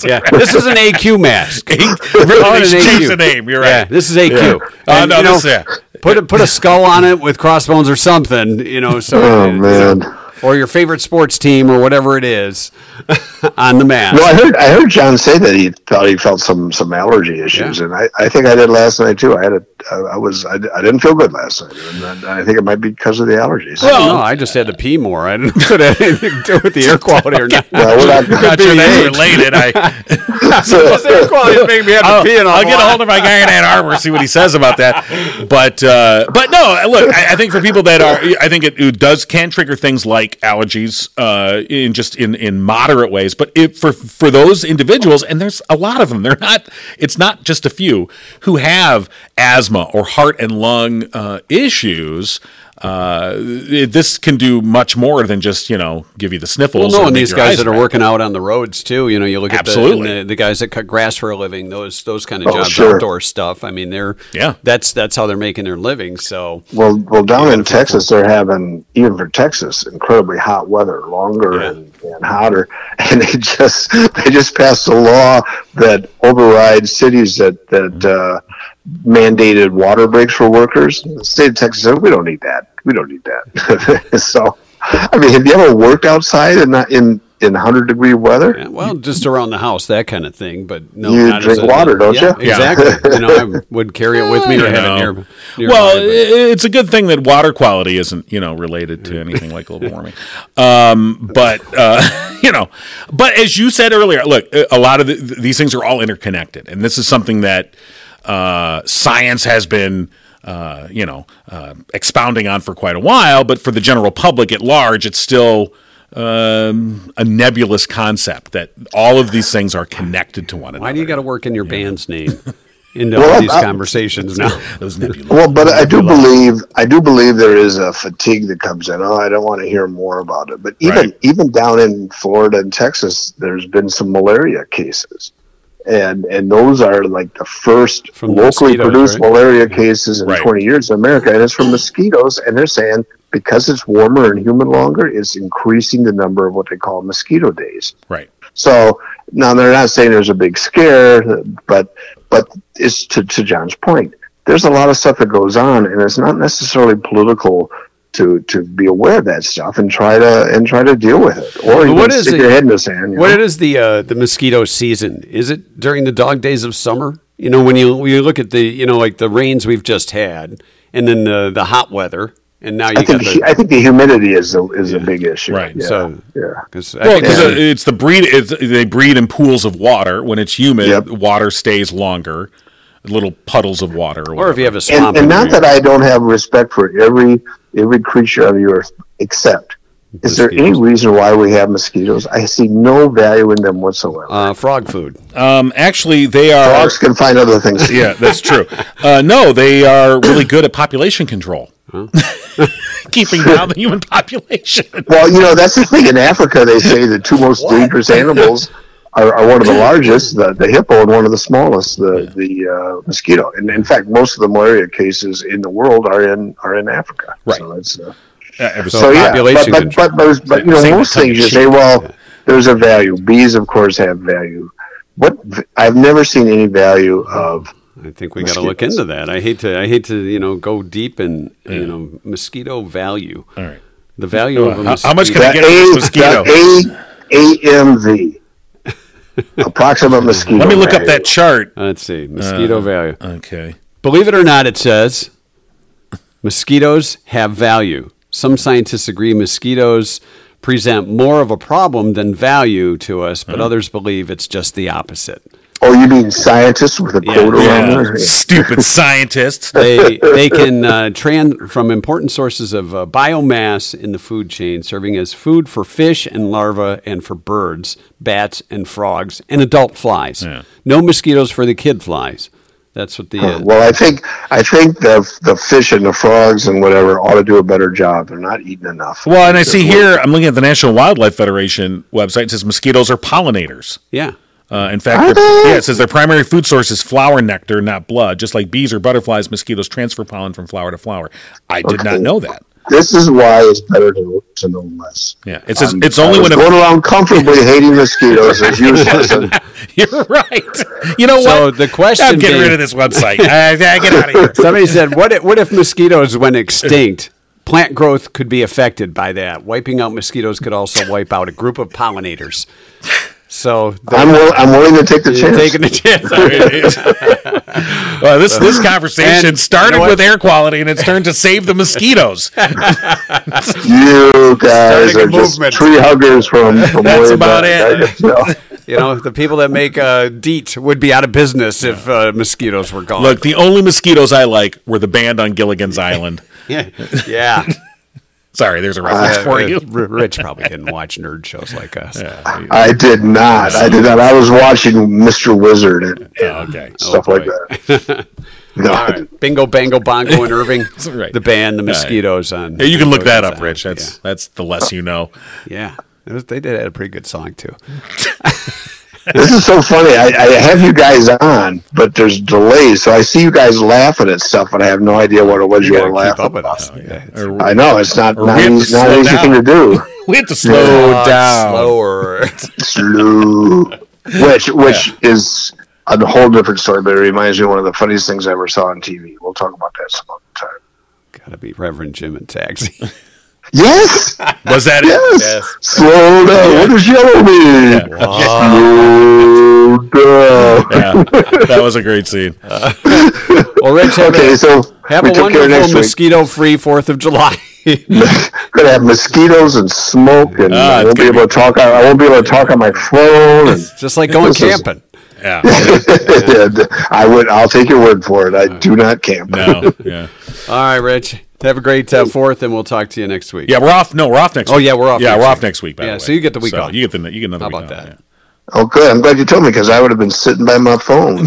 Speaker 3: yeah, this is an AQ mask.
Speaker 4: really,
Speaker 3: an
Speaker 4: they should change
Speaker 3: AQ.
Speaker 4: the name. You're
Speaker 3: Yeah,
Speaker 4: right.
Speaker 3: this is AQ.
Speaker 4: Oh,
Speaker 3: And,
Speaker 4: no,
Speaker 3: you know,
Speaker 4: this is it.
Speaker 3: Put a, put a skull on it with crossbones or something, you know. So
Speaker 1: Oh man.
Speaker 3: or your favorite sports team or whatever it is on the mask.
Speaker 1: Well, I heard I heard John say that he thought he felt some some allergy issues, and I, I think I did last night too. I had a I, I was I, I didn't feel good last night, and I, I think it might be because of the allergies.
Speaker 3: I don't know. I just had to pee more. I didn't know if it had anything to do with the air quality or not.
Speaker 1: Well, we're not-
Speaker 4: Not
Speaker 3: Could
Speaker 4: sure
Speaker 3: be
Speaker 4: that's
Speaker 3: age.
Speaker 4: related. I.
Speaker 3: This air quality is making me have to
Speaker 4: I'll,
Speaker 3: pee an
Speaker 4: I'll
Speaker 3: awful
Speaker 4: get a
Speaker 3: lot.
Speaker 4: hold of my guy in Ann Arbor, see what he says about that. But uh, but no, look, I, I think for people that are, I think it, it does can trigger things like allergies uh, in just in in moderate ways. But if for for those individuals, and there's a lot of them, they're not. It's not just a few who have asthma or heart and lung uh, issues. Uh, it- this can do much more than just you know give you the sniffles.
Speaker 3: Well, no,
Speaker 4: or
Speaker 3: and
Speaker 4: make
Speaker 3: these
Speaker 4: your
Speaker 3: guys
Speaker 4: eyes
Speaker 3: that are
Speaker 4: red.
Speaker 3: working out on the roads too. You know, you look at the-
Speaker 4: Absolutely.
Speaker 3: and the, the guys that cut grass for a living. Those those kind of
Speaker 1: Oh,
Speaker 3: jobs,
Speaker 1: sure.
Speaker 3: outdoor stuff. I mean, they're
Speaker 4: Yeah.
Speaker 3: That's that's how they're making their living. So
Speaker 1: Well, well, down in Texas, they're having even for Texas incredibly hot weather, longer and, and hotter, and they just they just passed a law that overrides cities that that uh, mandated water breaks for workers. The state of Texas said we don't need that. We don't need that. so, I mean, have you ever worked outside and not in in hundred degree weather?
Speaker 3: yeah, well, just around the house, that kind of thing. But no,
Speaker 1: You
Speaker 3: not
Speaker 1: drink
Speaker 3: as a-
Speaker 1: water, don't
Speaker 3: yeah,
Speaker 1: you?
Speaker 4: Yeah.
Speaker 3: Exactly. you know, I would carry it with me or
Speaker 4: I
Speaker 3: have it
Speaker 4: don't
Speaker 3: near.
Speaker 4: know.
Speaker 3: nearby,
Speaker 4: well,
Speaker 3: but-
Speaker 4: i- it's a good thing that water quality isn't you know related to anything like global warming. Um, but uh, you know, but as you said earlier, look, a a lot of the, these things are all interconnected, and this is something that uh, science has been. Uh, you know, uh, expounding on for quite a while, but for the general public at large, it's still um, a nebulous concept that all of these things are connected to one another.
Speaker 3: why do you got to work in your band's name? into
Speaker 1: Well,
Speaker 3: all these
Speaker 1: I-
Speaker 3: conversations now.
Speaker 4: Those nebulae.
Speaker 1: Well, but I do
Speaker 3: Nebula.
Speaker 1: believe I do believe there is a fatigue that comes in. Oh, I don't want to hear more about it. But even
Speaker 4: Right.
Speaker 1: even down in Florida and Texas, there's been some malaria cases, and and those are like the first
Speaker 3: From the
Speaker 1: locally
Speaker 3: mosquitoes,
Speaker 1: produced
Speaker 3: right?
Speaker 1: malaria cases in
Speaker 4: Right.
Speaker 1: 20 years in America, and it's from mosquitoes. And they're saying because it's warmer and humid longer, it's increasing the number of what they call mosquito days.
Speaker 4: Right.
Speaker 1: So now they're not saying there's a big scare, but but it's to, to John's point. There's a lot of stuff that goes on, and it's not necessarily political to to be aware of that stuff and try to and try to deal with it, or even
Speaker 3: what is
Speaker 1: stick
Speaker 3: it-
Speaker 1: your head in the sand. you
Speaker 3: What
Speaker 1: know?
Speaker 3: is the uh, the mosquito season? Is it during the dog days of summer? You know, when you when you look at the you know like the rains we've just had, and then the the hot weather, and now you
Speaker 1: I
Speaker 3: got
Speaker 1: think
Speaker 3: the
Speaker 1: I think the humidity is the, is a big issue.
Speaker 4: Right,
Speaker 1: Yeah.
Speaker 3: so
Speaker 1: yeah.
Speaker 3: 'cause I
Speaker 4: Well,
Speaker 3: think
Speaker 4: because
Speaker 3: it's-
Speaker 4: it's the breed. It's, they breed in pools of water. When it's humid,
Speaker 1: Yep.
Speaker 4: water stays longer. Little puddles of water, or,
Speaker 3: or if
Speaker 4: whatever.
Speaker 3: you have a swamp,
Speaker 1: and, and
Speaker 3: in
Speaker 1: not
Speaker 3: there,
Speaker 1: that I don't have respect for every every creature on the earth, except is there any
Speaker 3: Mosquitoes.
Speaker 1: reason why we have mosquitoes? I see no value in them whatsoever.
Speaker 3: uh, frog food.
Speaker 4: um, actually, they are.
Speaker 1: Dogs can find other things.
Speaker 4: Yeah, that's true. Uh, no, they are really good at population control, keeping down the human population.
Speaker 1: Well, you know, that's the thing. In Africa, they say the two most dangerous animals are, are one of the largest, the, the hippo, and one of the smallest, the the uh, mosquito. And in fact, most of the malaria cases in the world are in are in Africa.
Speaker 4: Right.
Speaker 1: So, it's, uh,
Speaker 4: Uh,
Speaker 1: so yeah,
Speaker 3: population
Speaker 1: but, but, but, but, but
Speaker 4: Saying
Speaker 1: you know,
Speaker 4: that
Speaker 1: most
Speaker 4: tongue
Speaker 1: things
Speaker 4: in
Speaker 1: you
Speaker 4: cheek.
Speaker 1: say, well, there's a value. Bees, of course, have value. What I've never seen any value of
Speaker 3: I think we got to look into that. I hate to I hate to you know go deep in you know mosquito value.
Speaker 4: All right.
Speaker 3: The value of a
Speaker 4: How-
Speaker 3: mosquito.
Speaker 4: how much can I
Speaker 1: the
Speaker 4: get this mosquito.
Speaker 1: A, the AMV, approximate mosquito.
Speaker 4: Let me look up
Speaker 1: value.
Speaker 4: that chart.
Speaker 3: uh, Let's see mosquito value.
Speaker 4: Okay.
Speaker 3: Believe it or not, it says mosquitoes have value. Some scientists agree mosquitoes present more of a problem than value to us, but others believe it's just the opposite.
Speaker 1: Oh, you mean scientists with a
Speaker 3: Yeah.
Speaker 1: quote around
Speaker 4: Yeah,
Speaker 1: there?
Speaker 4: stupid scientists.
Speaker 3: They, they can uh, tran from important sources of uh, biomass in the food chain, serving as food for fish and larvae and for birds, bats and frogs and adult flies.
Speaker 4: Yeah.
Speaker 3: No mosquitoes for the kid flies. That's what the uh,
Speaker 1: Well, I think I think the the fish and the frogs and whatever ought to do a better job. They're not eating enough.
Speaker 4: Well, and I see here, I'm looking at the National Wildlife Federation website. It says mosquitoes are pollinators.
Speaker 3: yeah.
Speaker 4: Uh, in fact, their, yeah, it says their primary food source is flower nectar, not blood. Just like bees or butterflies, mosquitoes transfer pollen from flower to flower. I did not
Speaker 1: Okay.
Speaker 4: know that.
Speaker 1: This is why it's better to, to know less.
Speaker 4: Yeah, it says
Speaker 1: Um,
Speaker 4: it's
Speaker 1: I
Speaker 4: only
Speaker 1: was
Speaker 4: when a,
Speaker 1: going around comfortably hating mosquitoes is useless. And
Speaker 4: you're right. You know
Speaker 3: So
Speaker 4: what?
Speaker 3: the question
Speaker 4: I'm getting
Speaker 3: being-
Speaker 4: rid of this website. I, I get out of here.
Speaker 3: Somebody said, "What if, what if mosquitoes went extinct? Plant growth could be affected by that. Wiping out mosquitoes could also wipe out a group of pollinators." So they're
Speaker 1: I'm will, I'm willing to take the chance.
Speaker 3: taking a chance.
Speaker 4: Well, this this conversation
Speaker 3: And
Speaker 4: started
Speaker 3: you know what?
Speaker 4: with air quality, and it's turned to save the mosquitoes.
Speaker 1: you guys
Speaker 3: Starting a
Speaker 1: are just
Speaker 3: movement.
Speaker 1: tree huggers from from
Speaker 4: That's
Speaker 1: way
Speaker 4: about
Speaker 1: back.
Speaker 4: it.
Speaker 1: I can tell.
Speaker 3: you know, the people that make uh, DEET would be out of business if uh, mosquitoes were gone.
Speaker 4: Look, the only mosquitoes I like were the band on Gilligan's Island.
Speaker 3: yeah, yeah.
Speaker 4: Sorry, there's a reference for
Speaker 3: Uh,
Speaker 4: you.
Speaker 3: R- Rich probably didn't watch nerd shows like us.
Speaker 1: I did not. I did not. I was watching Mr. Wizard and, and
Speaker 4: okay.
Speaker 1: stuff
Speaker 3: Oh,
Speaker 1: like
Speaker 3: boy.
Speaker 1: that. No,
Speaker 3: All right, Bingo, Bango, Bongo, and Irving,
Speaker 4: Right.
Speaker 3: the band, the mosquitoes on.
Speaker 4: Hey, you can look that up,
Speaker 3: Yeah.
Speaker 4: Rich. That's that's the less you know.
Speaker 3: yeah. It was- they did have a pretty good song too.
Speaker 1: This is so funny. I, I have you guys on, but there's delays, so I see you guys laughing at stuff, and I have no idea what it was you,
Speaker 3: gotta
Speaker 1: were
Speaker 3: keep
Speaker 1: laughing.
Speaker 3: up with us. Yeah.
Speaker 4: Oh, Or-
Speaker 1: I know it's not
Speaker 4: we
Speaker 1: not,
Speaker 4: have to
Speaker 1: easy, not
Speaker 4: slow
Speaker 1: an easy
Speaker 4: down.
Speaker 1: thing to do.
Speaker 4: we have to slow
Speaker 3: Uh,
Speaker 4: down.
Speaker 3: Slower.
Speaker 1: Slow, which which is a whole different story, but it reminds me of one of the funniest things I ever saw on TV. We'll talk about that some other time.
Speaker 3: Gotta be Reverend Jim and Taxi.
Speaker 1: Yes,
Speaker 4: Was that
Speaker 1: yes.
Speaker 4: it?
Speaker 1: Slow down. What does yellow mean? Slow down.
Speaker 4: Yeah, that was a great scene.
Speaker 3: well, Rich, have
Speaker 1: Okay,
Speaker 3: a,
Speaker 1: so
Speaker 3: have
Speaker 1: we
Speaker 3: a
Speaker 1: took care
Speaker 3: wonderful
Speaker 1: next week.
Speaker 3: mosquito-free Fourth of July.
Speaker 1: gonna have mosquitoes and smoke, and
Speaker 4: Ah,
Speaker 1: I
Speaker 4: it's
Speaker 1: won't be
Speaker 4: gonna
Speaker 1: able to talk. On, I won't be able to talk on my phone. And,
Speaker 3: Just like going
Speaker 1: This is-
Speaker 3: camping.
Speaker 4: Yeah,
Speaker 1: and I would. I'll take your word for it. I do not camp.
Speaker 4: no, yeah,
Speaker 3: All right, Rich. Have a great uh, Fourth, and we'll talk to you next week.
Speaker 4: yeah. We're off. No, we're off next.
Speaker 3: Oh,
Speaker 4: week.
Speaker 3: yeah, we're off
Speaker 4: Yeah,
Speaker 3: next
Speaker 4: we're
Speaker 3: week.
Speaker 4: off next week. By
Speaker 3: Yeah,
Speaker 4: the way.
Speaker 3: so you get the week off.
Speaker 4: You get the you get another.
Speaker 3: How
Speaker 4: week
Speaker 3: about
Speaker 4: off,
Speaker 3: that?
Speaker 4: yeah.
Speaker 1: Oh, good. I'm glad you told me because I would have been sitting by my phone.
Speaker 4: well,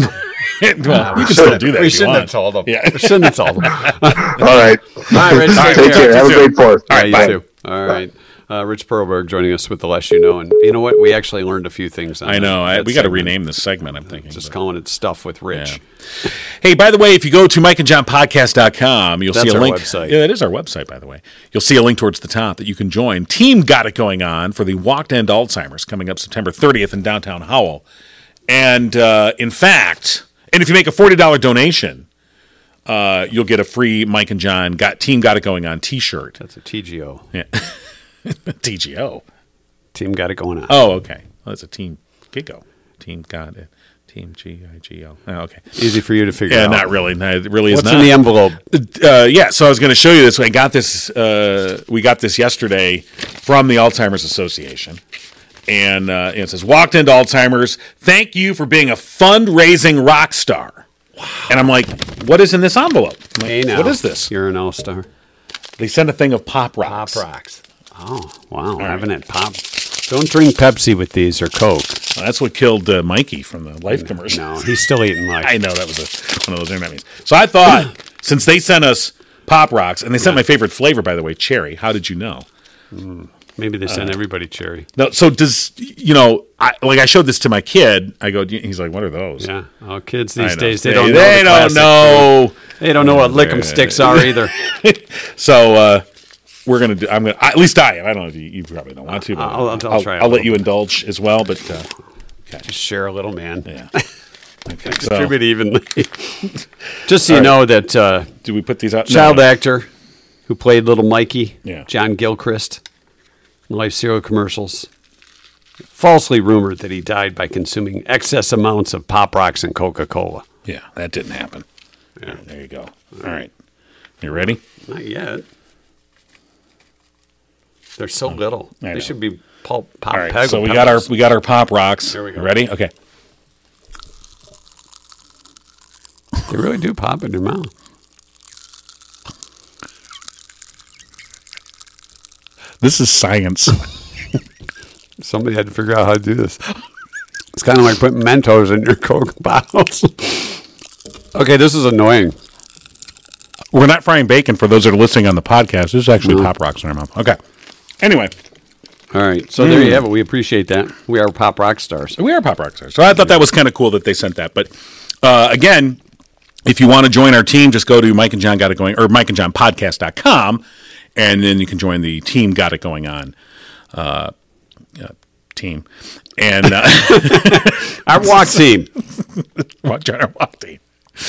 Speaker 4: you can
Speaker 3: shouldn't
Speaker 4: still
Speaker 3: have-
Speaker 4: do that.
Speaker 3: We
Speaker 4: if you
Speaker 3: shouldn't
Speaker 4: want.
Speaker 3: have told them.
Speaker 4: Yeah.
Speaker 3: We shouldn't have told them.
Speaker 1: All right.
Speaker 3: All right, Rich. Take,
Speaker 1: Take care. Have a
Speaker 4: You
Speaker 1: great
Speaker 4: too.
Speaker 1: fourth.
Speaker 3: All right,
Speaker 1: Bye.
Speaker 3: you too. All right. Uh, Rich Perlberg joining us with the less you know, and you know what? We actually learned a few things. On
Speaker 4: I
Speaker 3: that-
Speaker 4: know. I,
Speaker 3: that
Speaker 4: we got to
Speaker 3: segment.
Speaker 4: rename this segment. I'm thinking.
Speaker 3: Just
Speaker 4: but-
Speaker 3: calling it stuff with Rich.
Speaker 4: Hey, by the way, if you go to mikeandjohnpodcast.com, you'll see
Speaker 3: That's
Speaker 4: a
Speaker 3: our
Speaker 4: link.
Speaker 3: website.
Speaker 4: Yeah, it is our website, by the way. You'll see a link towards the top that you can join. Team got it going on for the Walk to End Alzheimer's coming up September 30th in downtown Howell. And uh, in fact, and if you make a $40 donation, uh, you'll get a free Mike and John got Team Got It Going On t shirt.
Speaker 3: That's a TGO.
Speaker 4: TGO.
Speaker 3: Team got it going on.
Speaker 4: Oh, okay. Well, that's a Team Gigo. Team Got It. Team G I G O. Oh, okay.
Speaker 3: Easy for you to figure
Speaker 4: Yeah,
Speaker 3: out.
Speaker 4: not really. No, It really is
Speaker 3: What's
Speaker 4: not.
Speaker 3: in the envelope?
Speaker 4: uh, yeah, so I was going to show you this. I got this. Uh, we got this yesterday from the Alzheimer's Association, and uh, it says, "Walked into Alzheimer's. Thank you for being a fundraising rock star." And I'm like, "What is in this envelope? I'm like,
Speaker 3: Hey, now.
Speaker 4: What is this?"
Speaker 3: You're an all star.
Speaker 4: They sent a thing of pop rocks.
Speaker 3: rocks. Oh wow! I haven't had pop. Don't drink Pepsi with these or Coke.
Speaker 4: Well, that's what killed uh, Mikey from the Life commercial.
Speaker 3: No, he's still eating like
Speaker 4: I know that was a, one of those internet memes. So I thought, since they sent us pop rocks, and they sent my favorite flavor, by the way, cherry. How did you know?
Speaker 3: maybe they
Speaker 4: Uh,
Speaker 3: send everybody cherry.
Speaker 4: No, so does you know? I, like I showed this to my kid. I go. "Do you-" He's like, "What are those?"
Speaker 3: Yeah, oh, kids
Speaker 4: I
Speaker 3: these
Speaker 4: know.
Speaker 3: days they don't. know
Speaker 4: They
Speaker 3: the
Speaker 4: don't
Speaker 3: classic.
Speaker 4: know.
Speaker 3: They don't know what lick'em sticks are either.
Speaker 4: So uh, we're gonna do. I'm gonna. I, at least I am. I don't know if you, you probably don't want to. But
Speaker 3: Uh, I'll- I'll- I'll try a
Speaker 4: I'll let
Speaker 3: little
Speaker 4: you indulge as well. But uh,
Speaker 3: Share a little, man.
Speaker 4: yeah. so,
Speaker 3: Distribute evenly. Just so you
Speaker 4: All right.
Speaker 3: know that uh,
Speaker 4: do we put these out? No,
Speaker 3: child
Speaker 4: no.
Speaker 3: actor who played Little Mikey,
Speaker 4: Yeah.
Speaker 3: John Gilchrist, in Life Zero commercials, falsely rumored that he died by consuming excess amounts of Pop Rocks and Coca Cola.
Speaker 4: Yeah, that didn't happen. There you go. All right. You ready?
Speaker 3: Not yet. They're so little.
Speaker 4: Oh, I
Speaker 3: They
Speaker 4: know.
Speaker 3: should be pulp pop
Speaker 4: All right.
Speaker 3: peg-
Speaker 4: so we got our
Speaker 3: peppers.
Speaker 4: we got our pop rocks.
Speaker 3: There we go.
Speaker 4: You Ready? Okay.
Speaker 3: They really do pop in your mouth.
Speaker 4: This is science.
Speaker 3: Somebody had to figure out how to do this. It's kind of like putting Mentos in your Coke bottles. okay, this is annoying.
Speaker 4: We're not frying bacon for those that are listening on the podcast. This is actually
Speaker 3: No.
Speaker 4: pop rocks in our mouth. Okay. Anyway,
Speaker 3: All right, so
Speaker 4: Hmm.
Speaker 3: there you have it. We appreciate that. We are pop rock stars.
Speaker 4: we are pop rock stars. So I thought that was kind of cool that they sent that. But uh, again, if you want to join our team, just go to Mike and John Got It Going or Mike and John Podcast.com and then you can join the team Got It Going On uh, uh, team. And uh,
Speaker 3: Our walk team.
Speaker 4: Rock John our Walk team.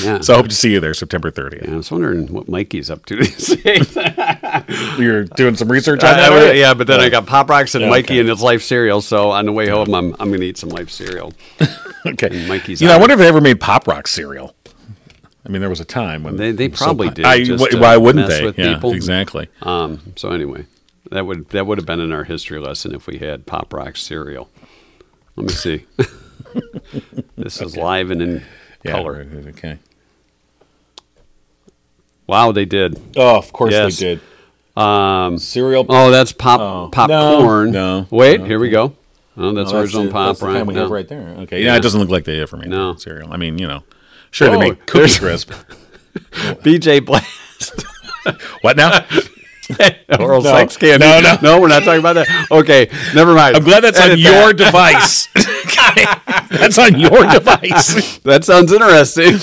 Speaker 3: Yeah.
Speaker 4: So I hope to see you there September 30th.
Speaker 3: Yeah, I was wondering what Mikey's up to these days.
Speaker 4: You're doing some research on
Speaker 3: I- I
Speaker 4: that?
Speaker 3: would-
Speaker 4: already?
Speaker 3: yeah, but then I got Pop Rocks and
Speaker 4: Yeah,
Speaker 3: Mikey
Speaker 4: okay.
Speaker 3: and his life cereal. So on the way home, I'm, I'm going to eat some life cereal.
Speaker 4: Okay.
Speaker 3: Mikey's
Speaker 4: You know, I
Speaker 3: out.
Speaker 4: wonder if they ever made pop rock cereal. I mean, there was a time when
Speaker 3: They- they
Speaker 4: it was so
Speaker 3: probably
Speaker 4: po-
Speaker 3: did,
Speaker 4: I,
Speaker 3: just
Speaker 4: why-
Speaker 3: to
Speaker 4: why wouldn't
Speaker 3: mess
Speaker 4: they?
Speaker 3: with
Speaker 4: yeah,
Speaker 3: people.
Speaker 4: exactly.
Speaker 3: Um, so anyway, that would that would have been in our history lesson if we had Pop Rocks cereal. Let me see. this is live and in
Speaker 4: Yeah,
Speaker 3: color.
Speaker 4: right, Okay.
Speaker 3: Wow, they did.
Speaker 4: Oh, of course
Speaker 3: Yes.
Speaker 4: they did.
Speaker 3: Um,
Speaker 4: Cereal.
Speaker 3: oh, that's pop
Speaker 4: Oh.
Speaker 3: popcorn.
Speaker 4: No, no,
Speaker 3: Wait,
Speaker 4: no.
Speaker 3: here we go. Oh, that's
Speaker 4: that's
Speaker 3: original
Speaker 4: the-
Speaker 3: pop
Speaker 4: that's the
Speaker 3: right
Speaker 4: kind we
Speaker 3: now.
Speaker 4: have right there. Okay. Yeah,
Speaker 3: Yeah.
Speaker 4: it doesn't look like they ever made
Speaker 3: No.
Speaker 4: cereal. I mean, you know, sure
Speaker 3: Oh,
Speaker 4: they make
Speaker 3: there's-
Speaker 4: cookie crisp.
Speaker 3: BJ Blast.
Speaker 4: What now?
Speaker 3: Oral
Speaker 4: No.
Speaker 3: sex candy.
Speaker 4: No, no.
Speaker 3: no, we're not talking about that. Okay, never mind.
Speaker 4: I'm glad that's on
Speaker 3: Edit
Speaker 4: your
Speaker 3: That.
Speaker 4: device. Okay. That's on your device.
Speaker 3: That sounds interesting.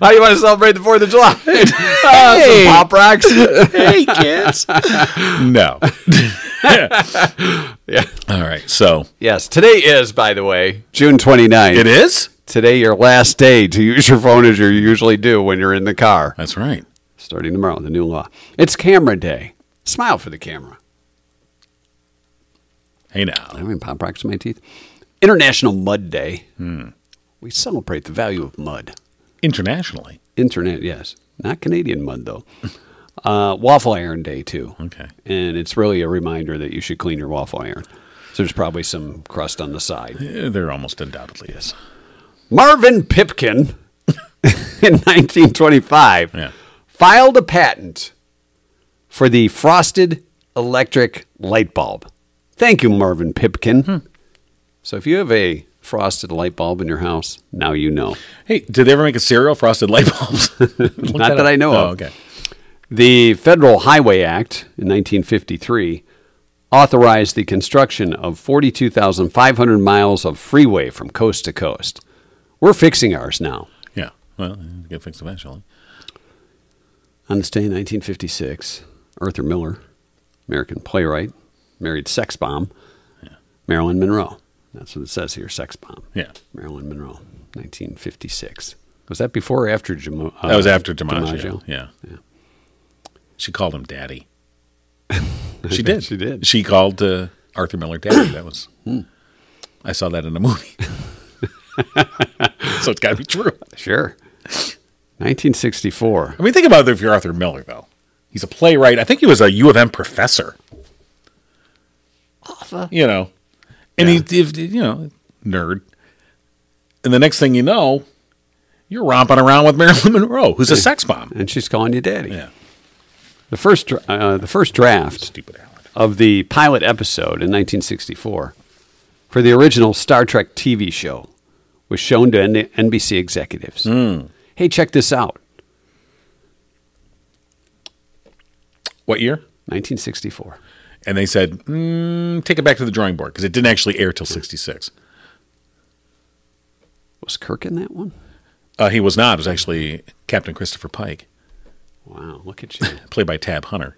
Speaker 3: How you want to celebrate the Fourth of July? Uh,
Speaker 4: Hey.
Speaker 3: Some pop rocks.
Speaker 4: hey, kids. No.
Speaker 3: yeah.
Speaker 4: All right. So
Speaker 3: Yes, today is, by the way, June 29th.
Speaker 4: it is.
Speaker 3: Today, your last day to use your phone as you usually do when you're in the car.
Speaker 4: That's right.
Speaker 3: Starting tomorrow, the new law. It's camera day. Smile for the camera.
Speaker 4: Hey now.
Speaker 3: I mean, pop rocks in my teeth. International Mud Day.
Speaker 4: Hmm.
Speaker 3: We celebrate the value of mud.
Speaker 4: Internationally.
Speaker 3: Internet, yes. Not Canadian mud, though. Uh, waffle iron day, too.
Speaker 4: Okay.
Speaker 3: And it's really a reminder that you should clean your waffle iron. So there's probably some crust on the side.
Speaker 4: Eh, There almost undoubtedly is.
Speaker 3: Marvin Pipkin in 1925
Speaker 4: Yeah.
Speaker 3: filed a patent for the frosted electric light bulb. Thank you, Marvin Pipkin. So if you have a frosted light bulb in your house, now you know.
Speaker 4: Hey, did they ever make a cereal frosted light bulbs?
Speaker 3: Not that I know
Speaker 4: Oh,
Speaker 3: of.
Speaker 4: okay.
Speaker 3: The Federal Highway Act in 1953 authorized the construction of 42,500 miles of freeway from coast to coast. We're fixing ours now.
Speaker 4: Yeah. Well, you get fixed eventually.
Speaker 3: On this day in 1956, Arthur Miller, American playwright, married sex bomb Marilyn Monroe. That's what it says here, sex bomb.
Speaker 4: Yeah.
Speaker 3: Marilyn Monroe, 1956. Was that before or after Jamo- uh,
Speaker 4: That was after DiMaggio. Yeah. She called him daddy. She did.
Speaker 3: She did. Hmm.
Speaker 4: She called uh, Arthur Miller daddy. That was. I saw that in a movie. so it's got to be true.
Speaker 3: Sure. 1964.
Speaker 4: I mean, think about it if you're Arthur Miller, though. He's a playwright. I think he was a U of M professor. You know, and he, if- you know, nerd. And the next thing you know, you're romping around with Marilyn Monroe, who's a sex bomb.
Speaker 3: And she's calling you daddy.
Speaker 4: Yeah.
Speaker 3: The first, dra- uh, the first draft
Speaker 4: Stupid Howard.
Speaker 3: of the pilot episode in 1964 for the original Star Trek TV show was shown to N- NBC executives. Hey, check this out.
Speaker 4: What year?
Speaker 3: 1964.
Speaker 4: And they said, mm, take it back to the drawing board because it didn't actually air till 66.
Speaker 3: Was Kirk in that one?
Speaker 4: Uh, he was not. It was actually Captain Christopher Pike,
Speaker 3: Wow, look at you.
Speaker 4: played by Tab Hunter.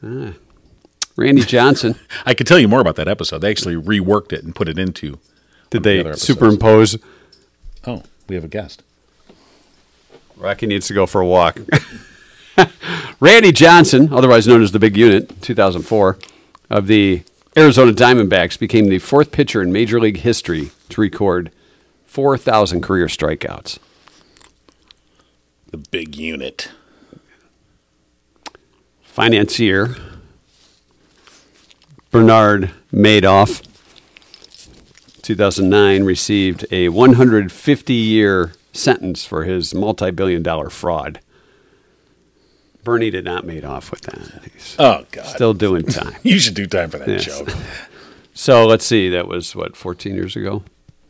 Speaker 3: Randy Johnson.
Speaker 4: I could tell you more about that episode. They actually reworked it and put it into.
Speaker 3: Did
Speaker 4: the
Speaker 3: they
Speaker 4: other episodes.
Speaker 3: superimpose?
Speaker 4: Oh, we have a guest.
Speaker 3: Rocky needs to go for a walk. Randy Johnson, otherwise known as the Big Unit, 2004, of the Arizona Diamondbacks, became the fourth pitcher in Major League history to record 4,000 career strikeouts.
Speaker 4: The big unit.
Speaker 3: Financier Bernard Madoff, 2009, received a 150 year sentence for his multi billion dollar fraud. Bernie did not made off with that. He's
Speaker 4: Oh God!
Speaker 3: still doing time.
Speaker 4: you should do time for that
Speaker 3: Yes.
Speaker 4: joke.
Speaker 3: So let's see. That was what 14 years ago.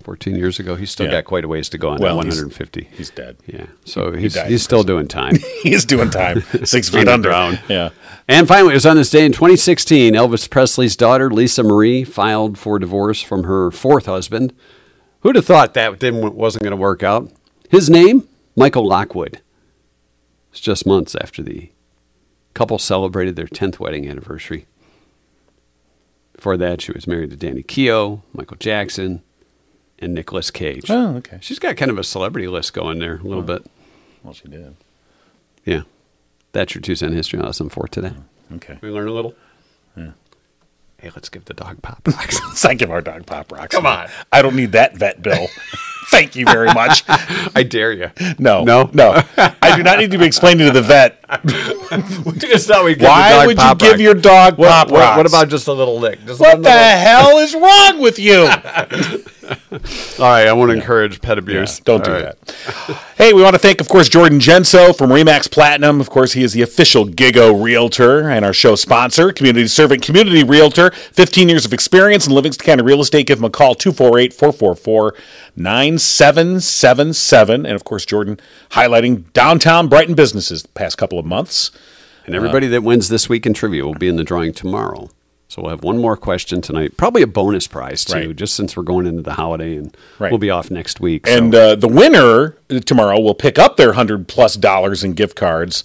Speaker 3: 14 years ago. He's still
Speaker 4: Yeah.
Speaker 3: got quite a ways to go on.
Speaker 4: Well,
Speaker 3: that
Speaker 4: he's-
Speaker 3: 150.
Speaker 4: He's dead.
Speaker 3: yeah. So he's
Speaker 4: died in
Speaker 3: he's still doing time.
Speaker 4: He is doing time six feet under.
Speaker 3: Underground.
Speaker 4: Yeah.
Speaker 3: and finally, it was on this day in 2016. Elvis Presley's daughter Lisa Marie filed for divorce from her fourth husband. Who'd have thought that didn't wasn't going to work out? His name Michael Lockwood. It's just months after the couple celebrated their 10th wedding anniversary. Before that, she was married to Danny Keough, Michael Jackson, and Nicolas Cage.
Speaker 4: Oh, okay.
Speaker 3: She's got kind of a celebrity list going there a little bit.
Speaker 4: Well, she did.
Speaker 3: Yeah. That's your two cent history lesson for today.
Speaker 4: Okay.
Speaker 3: We learn a little. Hey, let's give the dog pop rocks.
Speaker 4: Thank you, our dog Pop Rocks. Come on. I don't need that vet bill. Thank you very much.
Speaker 3: I dare you.
Speaker 4: No.
Speaker 3: No?
Speaker 4: No. I do not need to be explaining to the vet
Speaker 3: Just how we give the
Speaker 4: why
Speaker 3: dog
Speaker 4: would you
Speaker 3: Pop
Speaker 4: give
Speaker 3: Rocks.
Speaker 4: your dog
Speaker 3: what,
Speaker 4: Pop
Speaker 3: what-
Speaker 4: Rocks.
Speaker 3: what about just a little lick? Just
Speaker 4: what
Speaker 3: one
Speaker 4: the
Speaker 3: little-
Speaker 4: hell is wrong with you?
Speaker 3: All right, I want to encourage pet abuse.
Speaker 4: Yeah, don't do
Speaker 3: All right.
Speaker 4: that. hey, we want to thank, of course, Jordan Genso from Remax Platinum. Of course, he is the official Gigo Realtor and our show sponsor, community servant, community realtor. 15 years of experience in Livingston County real estate. Give him a call, 248 444 9777. And, of course, Jordan highlighting downtown Brighton businesses the past couple of months.
Speaker 3: And everybody that wins this week in trivia will be in the drawing tomorrow. So we'll have one more question tonight, probably a bonus prize too,
Speaker 4: Right.
Speaker 3: just since we're going into the holiday and
Speaker 4: Right.
Speaker 3: we'll be off next week. so-
Speaker 4: And uh, the winner tomorrow will pick up their hundred plus dollars in gift cards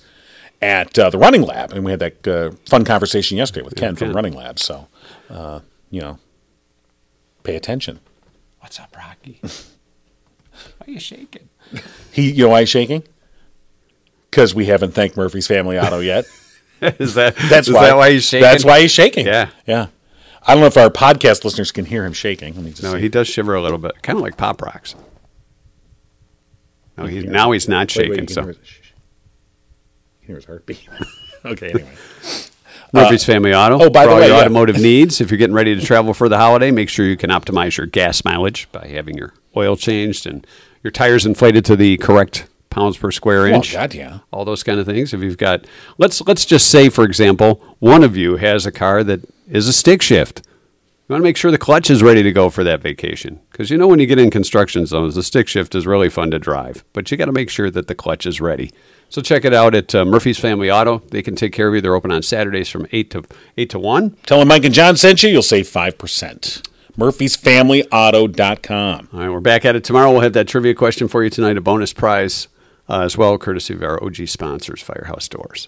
Speaker 4: at uh, the Running Lab, and we had that uh, fun conversation yesterday with Ken from
Speaker 3: Ken.
Speaker 4: Running Lab. So, uh, you know, pay attention.
Speaker 3: what's up, Rocky? Why are you shaking?
Speaker 4: He, you know, why he's shaking? Because we haven't thanked Murphy's Family Auto yet.
Speaker 3: is that
Speaker 4: That's why.
Speaker 3: that why he's shaking?
Speaker 4: That's why he's shaking.
Speaker 3: Yeah.
Speaker 4: yeah. I don't know if our podcast listeners can hear him shaking. Let me just
Speaker 3: No,
Speaker 4: see.
Speaker 3: he does shiver a little bit, kind of like Pop Rocks. No, he's now he's not
Speaker 4: Wait,
Speaker 3: shaking.
Speaker 4: wait, you can
Speaker 3: so
Speaker 4: hear his- shh, shh. You can hear his heartbeat. okay. Anyway.
Speaker 3: Murphy's Family Auto.
Speaker 4: oh, by
Speaker 3: for
Speaker 4: the
Speaker 3: all
Speaker 4: way,
Speaker 3: your
Speaker 4: yeah.
Speaker 3: automotive needs. If you're getting ready to travel for the holiday, make sure you can optimize your gas mileage by having your oil changed and your tires inflated to the correct pounds per square
Speaker 4: Oh
Speaker 3: inch.
Speaker 4: God, yeah.
Speaker 3: all those kind of things. If you've got, let's let's just say, for example, one of you has a car that is a stick shift. You want to make sure the clutch is ready to go for that vacation. Because you know, when you get in construction zones, the stick shift is really fun to drive, but you got to make sure that the clutch is ready. So check it out at uh, Murphy's Family Auto. They can take care of you. They're open on Saturdays from 8 to 8 to 1.
Speaker 4: Tell them Mike and John sent you, you'll save 5%. Murphy'sFamilyAuto.com.
Speaker 3: All right, we're back at it tomorrow. We'll have that trivia question for you tonight, a bonus prize uh, as well, courtesy of our OG sponsors, Firehouse Doors.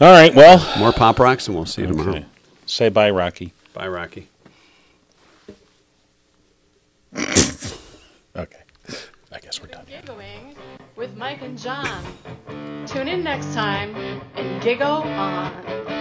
Speaker 4: All right, well,
Speaker 3: More pop rocks, and we'll see you tomorrow.
Speaker 4: say bye, Rocky.
Speaker 3: Bye, Rocky.
Speaker 4: Okay. I guess we're done.
Speaker 5: Giggling with Mike and John. Tune in next time and giggle on.